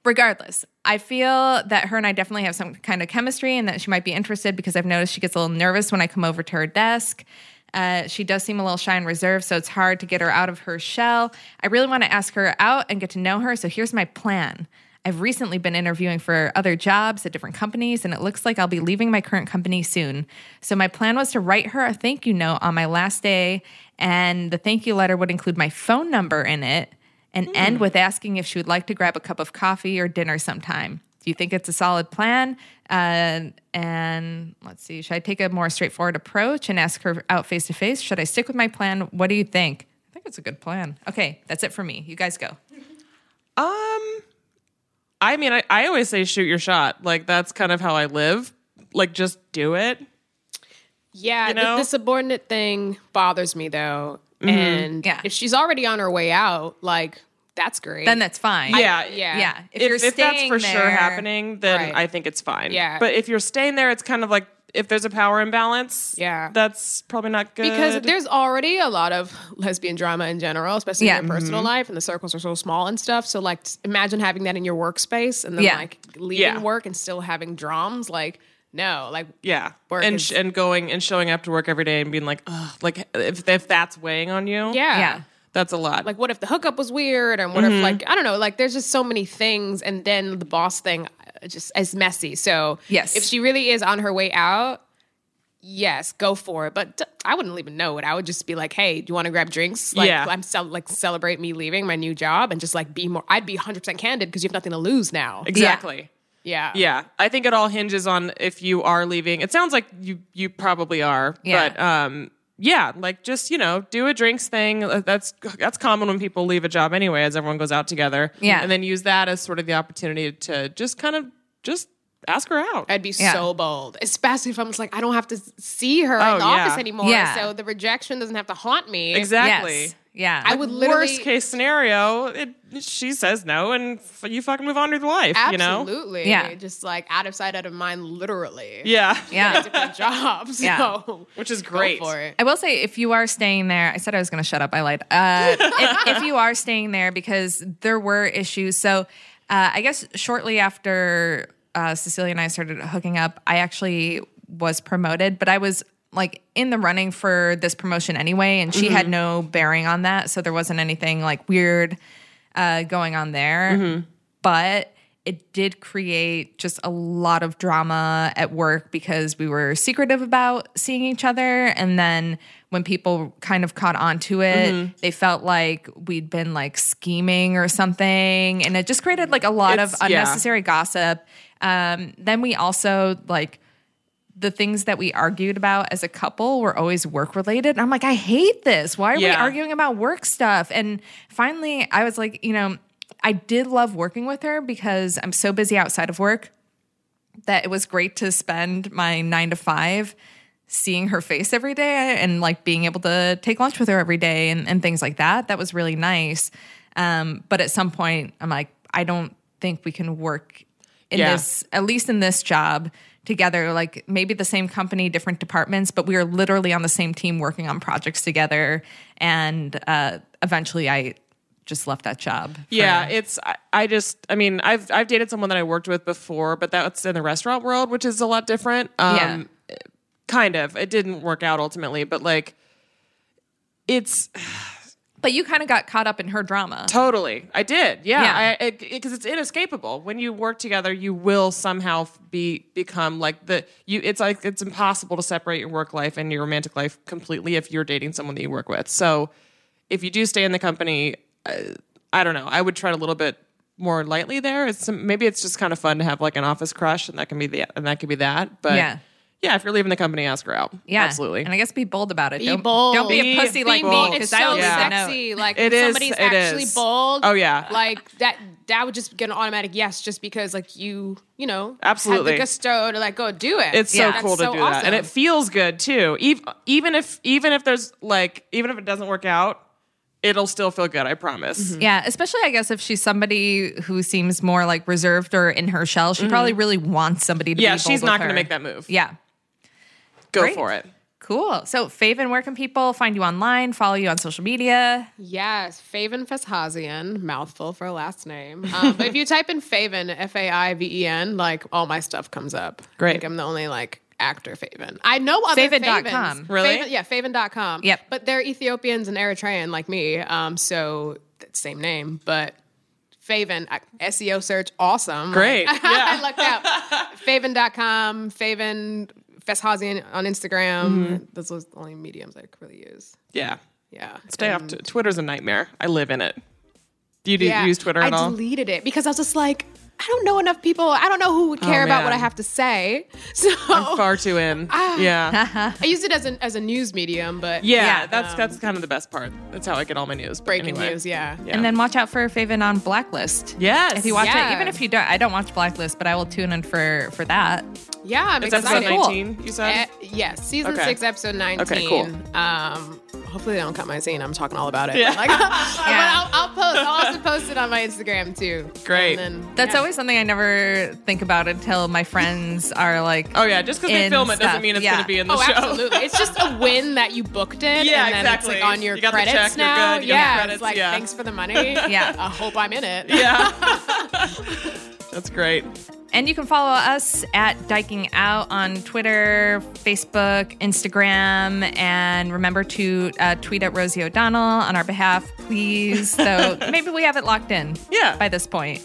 Regardless, I feel that her and I definitely have some kind of chemistry and that she might be interested because I've noticed she gets a little nervous when I come over to her desk. Uh, she does seem a little shy and reserved, so it's hard to get her out of her shell. I really want to ask her out and get to know her, so here's my plan. I've recently been interviewing for other jobs at different companies, and it looks like I'll be leaving my current company soon. So, my plan was to write her a thank you note on my last day, and the thank you letter would include my phone number in it and Hmm. end with asking if she would like to grab a cup of coffee or dinner sometime. Do you think it's a solid plan? Uh, and let's see, should I take a more straightforward approach and ask her out face to face? Should I stick with my plan? What do you think? I think it's a good plan. Okay, that's it for me. You guys go. Um, I mean, I, I always say shoot your shot. Like that's kind of how I live. Like just do it. Yeah, You the- know? Mm-hmm. the, subordinate thing bothers me though. And Yeah. if she's already on her way out, like that's great. Then that's fine. Yeah, yeah. Yeah. If, If, you're if that's staying for sure there- happening, then Right. I think it's fine. Yeah. But if you're staying there, it's kind of like if there's a power imbalance. Yeah. That's probably not good. because there's already a lot of lesbian drama in general, especially Yeah. in your personal Mm-hmm. life, and the circles are so small and stuff. So like, s- imagine having that in your workspace, and then Yeah. like leaving Yeah. work and still having dramas. Like, no, like yeah, Work and is- sh- and going and showing up to work every day and being like, Ugh, like if if that's weighing on you, yeah. Yeah. that's a lot. Like, what if the hookup was weird, and what Mm-hmm. if like I don't know, like there's just so many things, and then the boss thing uh, just is messy. So Yes. if she really is on her way out. Yes, go for it. But d- I wouldn't even know it. I would just be like, "Hey, do you want to grab drinks? Like, Yeah. I'm cel- like celebrate me leaving my new job and just like be more. I'd be 100 percent candid because you have nothing to lose now. exactly. Yeah, Yeah, I think it all hinges on if you are leaving. It sounds like you you probably are, Yeah. but um, yeah, like just you know, do a drinks thing. Uh, That's that's common when people leave a job anyway, as everyone goes out together. Yeah. and then use that as sort of the opportunity to just kind of just ask her out. I'd be Yeah. so bold, especially if I'm just like, I don't have to s- see her in Oh, the yeah. office anymore. Yeah. So the rejection doesn't have to haunt me. exactly. Yes. Yeah. I would literally Worst case scenario, it, she says no, and f- you fucking move on with life. You know. absolutely, Yeah. just like out of sight, out of mind, literally. Yeah. yeah. different jobs. Yeah. So Which is go great. for it. I will say, if you are staying there, I said I was going to shut up. I lied. Uh, if, if you are staying there, because there were issues. So uh, I guess shortly after uh, Cecilia and I started hooking up, I actually was promoted, but I was like in the running for this promotion anyway, and she had no bearing on that. So there wasn't anything like weird uh, going on there but it did create just a lot of drama at work because we were secretive about seeing each other and then when people kind of caught on to it Mm-hmm. they felt like we'd been like scheming or something and it just created like a lot of It's- yeah. unnecessary gossip um, then we also like the things that we argued about as a couple were always work related. And I'm like, I hate this. Why are we Yeah. arguing about work stuff? And finally, I was like, you know, I did love working with her because I'm so busy outside of work that it was great to spend my nine to five seeing her face every day and like being able to take lunch with her every day and, and things like that. That was really nice. Um, but at some point, I'm like, I don't think we can work in Yeah. this, at least in this job together, like maybe the same company, different departments, but we are literally on the same team working on projects together. And uh, eventually I just left that job. Yeah, it's I, I just I mean I've I've dated someone that I worked with before, but that's in the restaurant world, which is a lot different. Um kind of. It didn't work out ultimately, but like it's But you kind of got caught up in her drama. totally. I did. Yeah. Yeah, because I, because it's inescapable. When you work together, you will somehow f- be become like the you. It's like it's impossible to separate your work life and your romantic life completely if you're dating someone that you work with. So if you do stay in the company, uh, I don't know. I would tread a little bit more lightly there. It's some, maybe it's just kind of fun to have like an office crush, and that can be the and that can be that. But Yeah. yeah, if you're leaving the company, ask her out. Yeah, absolutely. And I guess be bold about it. Be don't, bold. Don't be, Be a pussy like bold. me because It's so I was Yeah. sexy. Like It it is- is, somebody's it actually is. bold. Oh, yeah. Like that. that would just get an automatic yes, just because like you, you know, Absolutely. had the gusto to like go do it. It's so That's cool to do that, awesome. and it feels good too. Ev- Even if even if there's like even if it doesn't work out, it'll still feel good. I promise. Yeah, especially I guess if she's somebody who seems more like reserved or in her shell, she probably really wants somebody Mm-hmm. to Yeah, be bold she's with not going her. to make that move. Yeah. Go Great. for it. Cool. So, Faven, where can people find you online, follow you on social media? Yes, Faven Feshazian, mouthful for a last name. Um, but if you type in Faven, F A I V E N, like all my stuff comes up. Great. Like, I'm the only like actor Faven. I know other Faven.com. Favens. Really? Faven, yeah, Faven.com. Yep. But they're Ethiopians and Eritrean like me. Um, so th- same name, but Faven, I- SEO search, awesome. Great. Like, I lucked out. Faven.com, Faven Feshazian on Instagram. Mm-hmm. Those was the only mediums I could really use. Yeah. Yeah. Stay off. T- Twitter's a nightmare. I live in it. Do you do, Yeah. use Twitter I at all? deleted it because I was just like, I don't know enough people. I don't know who would care about what Oh, I man. have to say. So I'm far too in. Ah. yeah. I used it as an as a news medium, but Yeah, that's that's kind of the best part. That's how I get all my news. but breaking anyway. news. Yeah. Yeah. And then watch out for Faven on Blacklist. yes, If you watch Yes. it, even if you don't, I don't watch Blacklist, but I will tune in for for that. Yeah. I'm it's episode excited. Cool. 19. You said. Eh, yes, season Okay. six, episode nineteen. Okay, cool. Um, hopefully they don't cut my scene. I'm talking all about it. Yeah. But, like, but I'll, I'll post. I'll also post it on my Instagram too. Great. And then, That's always something I never think about until my friends are like, oh yeah, just because they In film it stuff, doesn't mean it's yeah. going to be in the Oh, show. absolutely! It's just a win that you booked it. Yeah, and then exactly. It's like on your You got the credits check, you're now. good, you got the yeah, credits, it's like yeah. thanks for the money. Yeah. I hope I'm in it. Yeah. That's great. And you can follow us at Diking Out on Twitter, Facebook, Instagram, and remember to uh, tweet at Rosie O'Donnell on our behalf, please. So maybe we have it locked in Yeah. by this point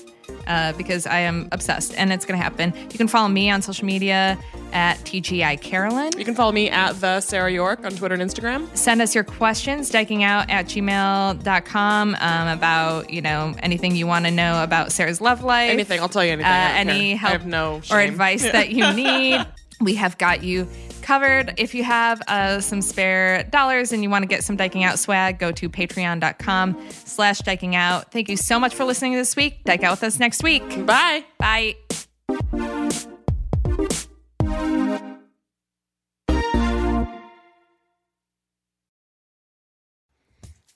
uh, because I am obsessed and it's going to happen. You can follow me on social media at TGI Carolyn. You can follow me at the Sarah York on Twitter and Instagram. Send us your questions, dikingout at gmail.com um, about, you know, anything you want to know about Sarah's love life. Anything, I'll tell you anything. Uh, I don't any care. help I have no shame. or advice that you need, we have got you covered. If you have uh, some spare dollars and you want to get some Diking Out swag, go to patreon.com slash diking out. Thank you so much for listening this week. Dike out with us next week. Bye. Bye.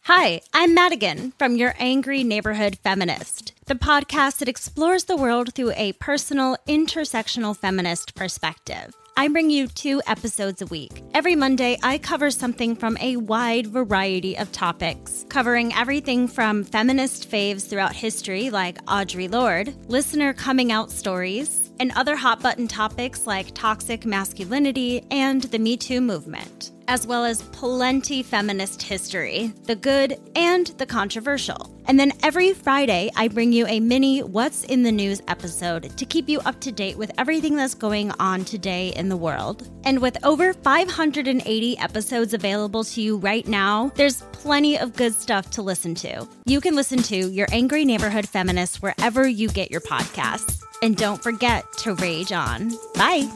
Hi, I'm Madigan from Your Angry Neighborhood Feminist, the podcast that explores the world through a personal, intersectional feminist perspective. I bring you two episodes a week. Every Monday, I cover something from a wide variety of topics, covering everything from feminist faves throughout history like Audre Lorde, listener coming out stories, and other hot button topics like toxic masculinity and the Me Too movement as well as plenty feminist history, the good and the controversial. And then every Friday, I bring you a mini What's in the News episode to keep you up to date with everything that's going on today in the world. And with over 580 episodes available to you right now, there's plenty of good stuff to listen to. You can listen to Your Angry Neighborhood Feminist wherever you get your podcasts. And don't forget to rage on. Bye.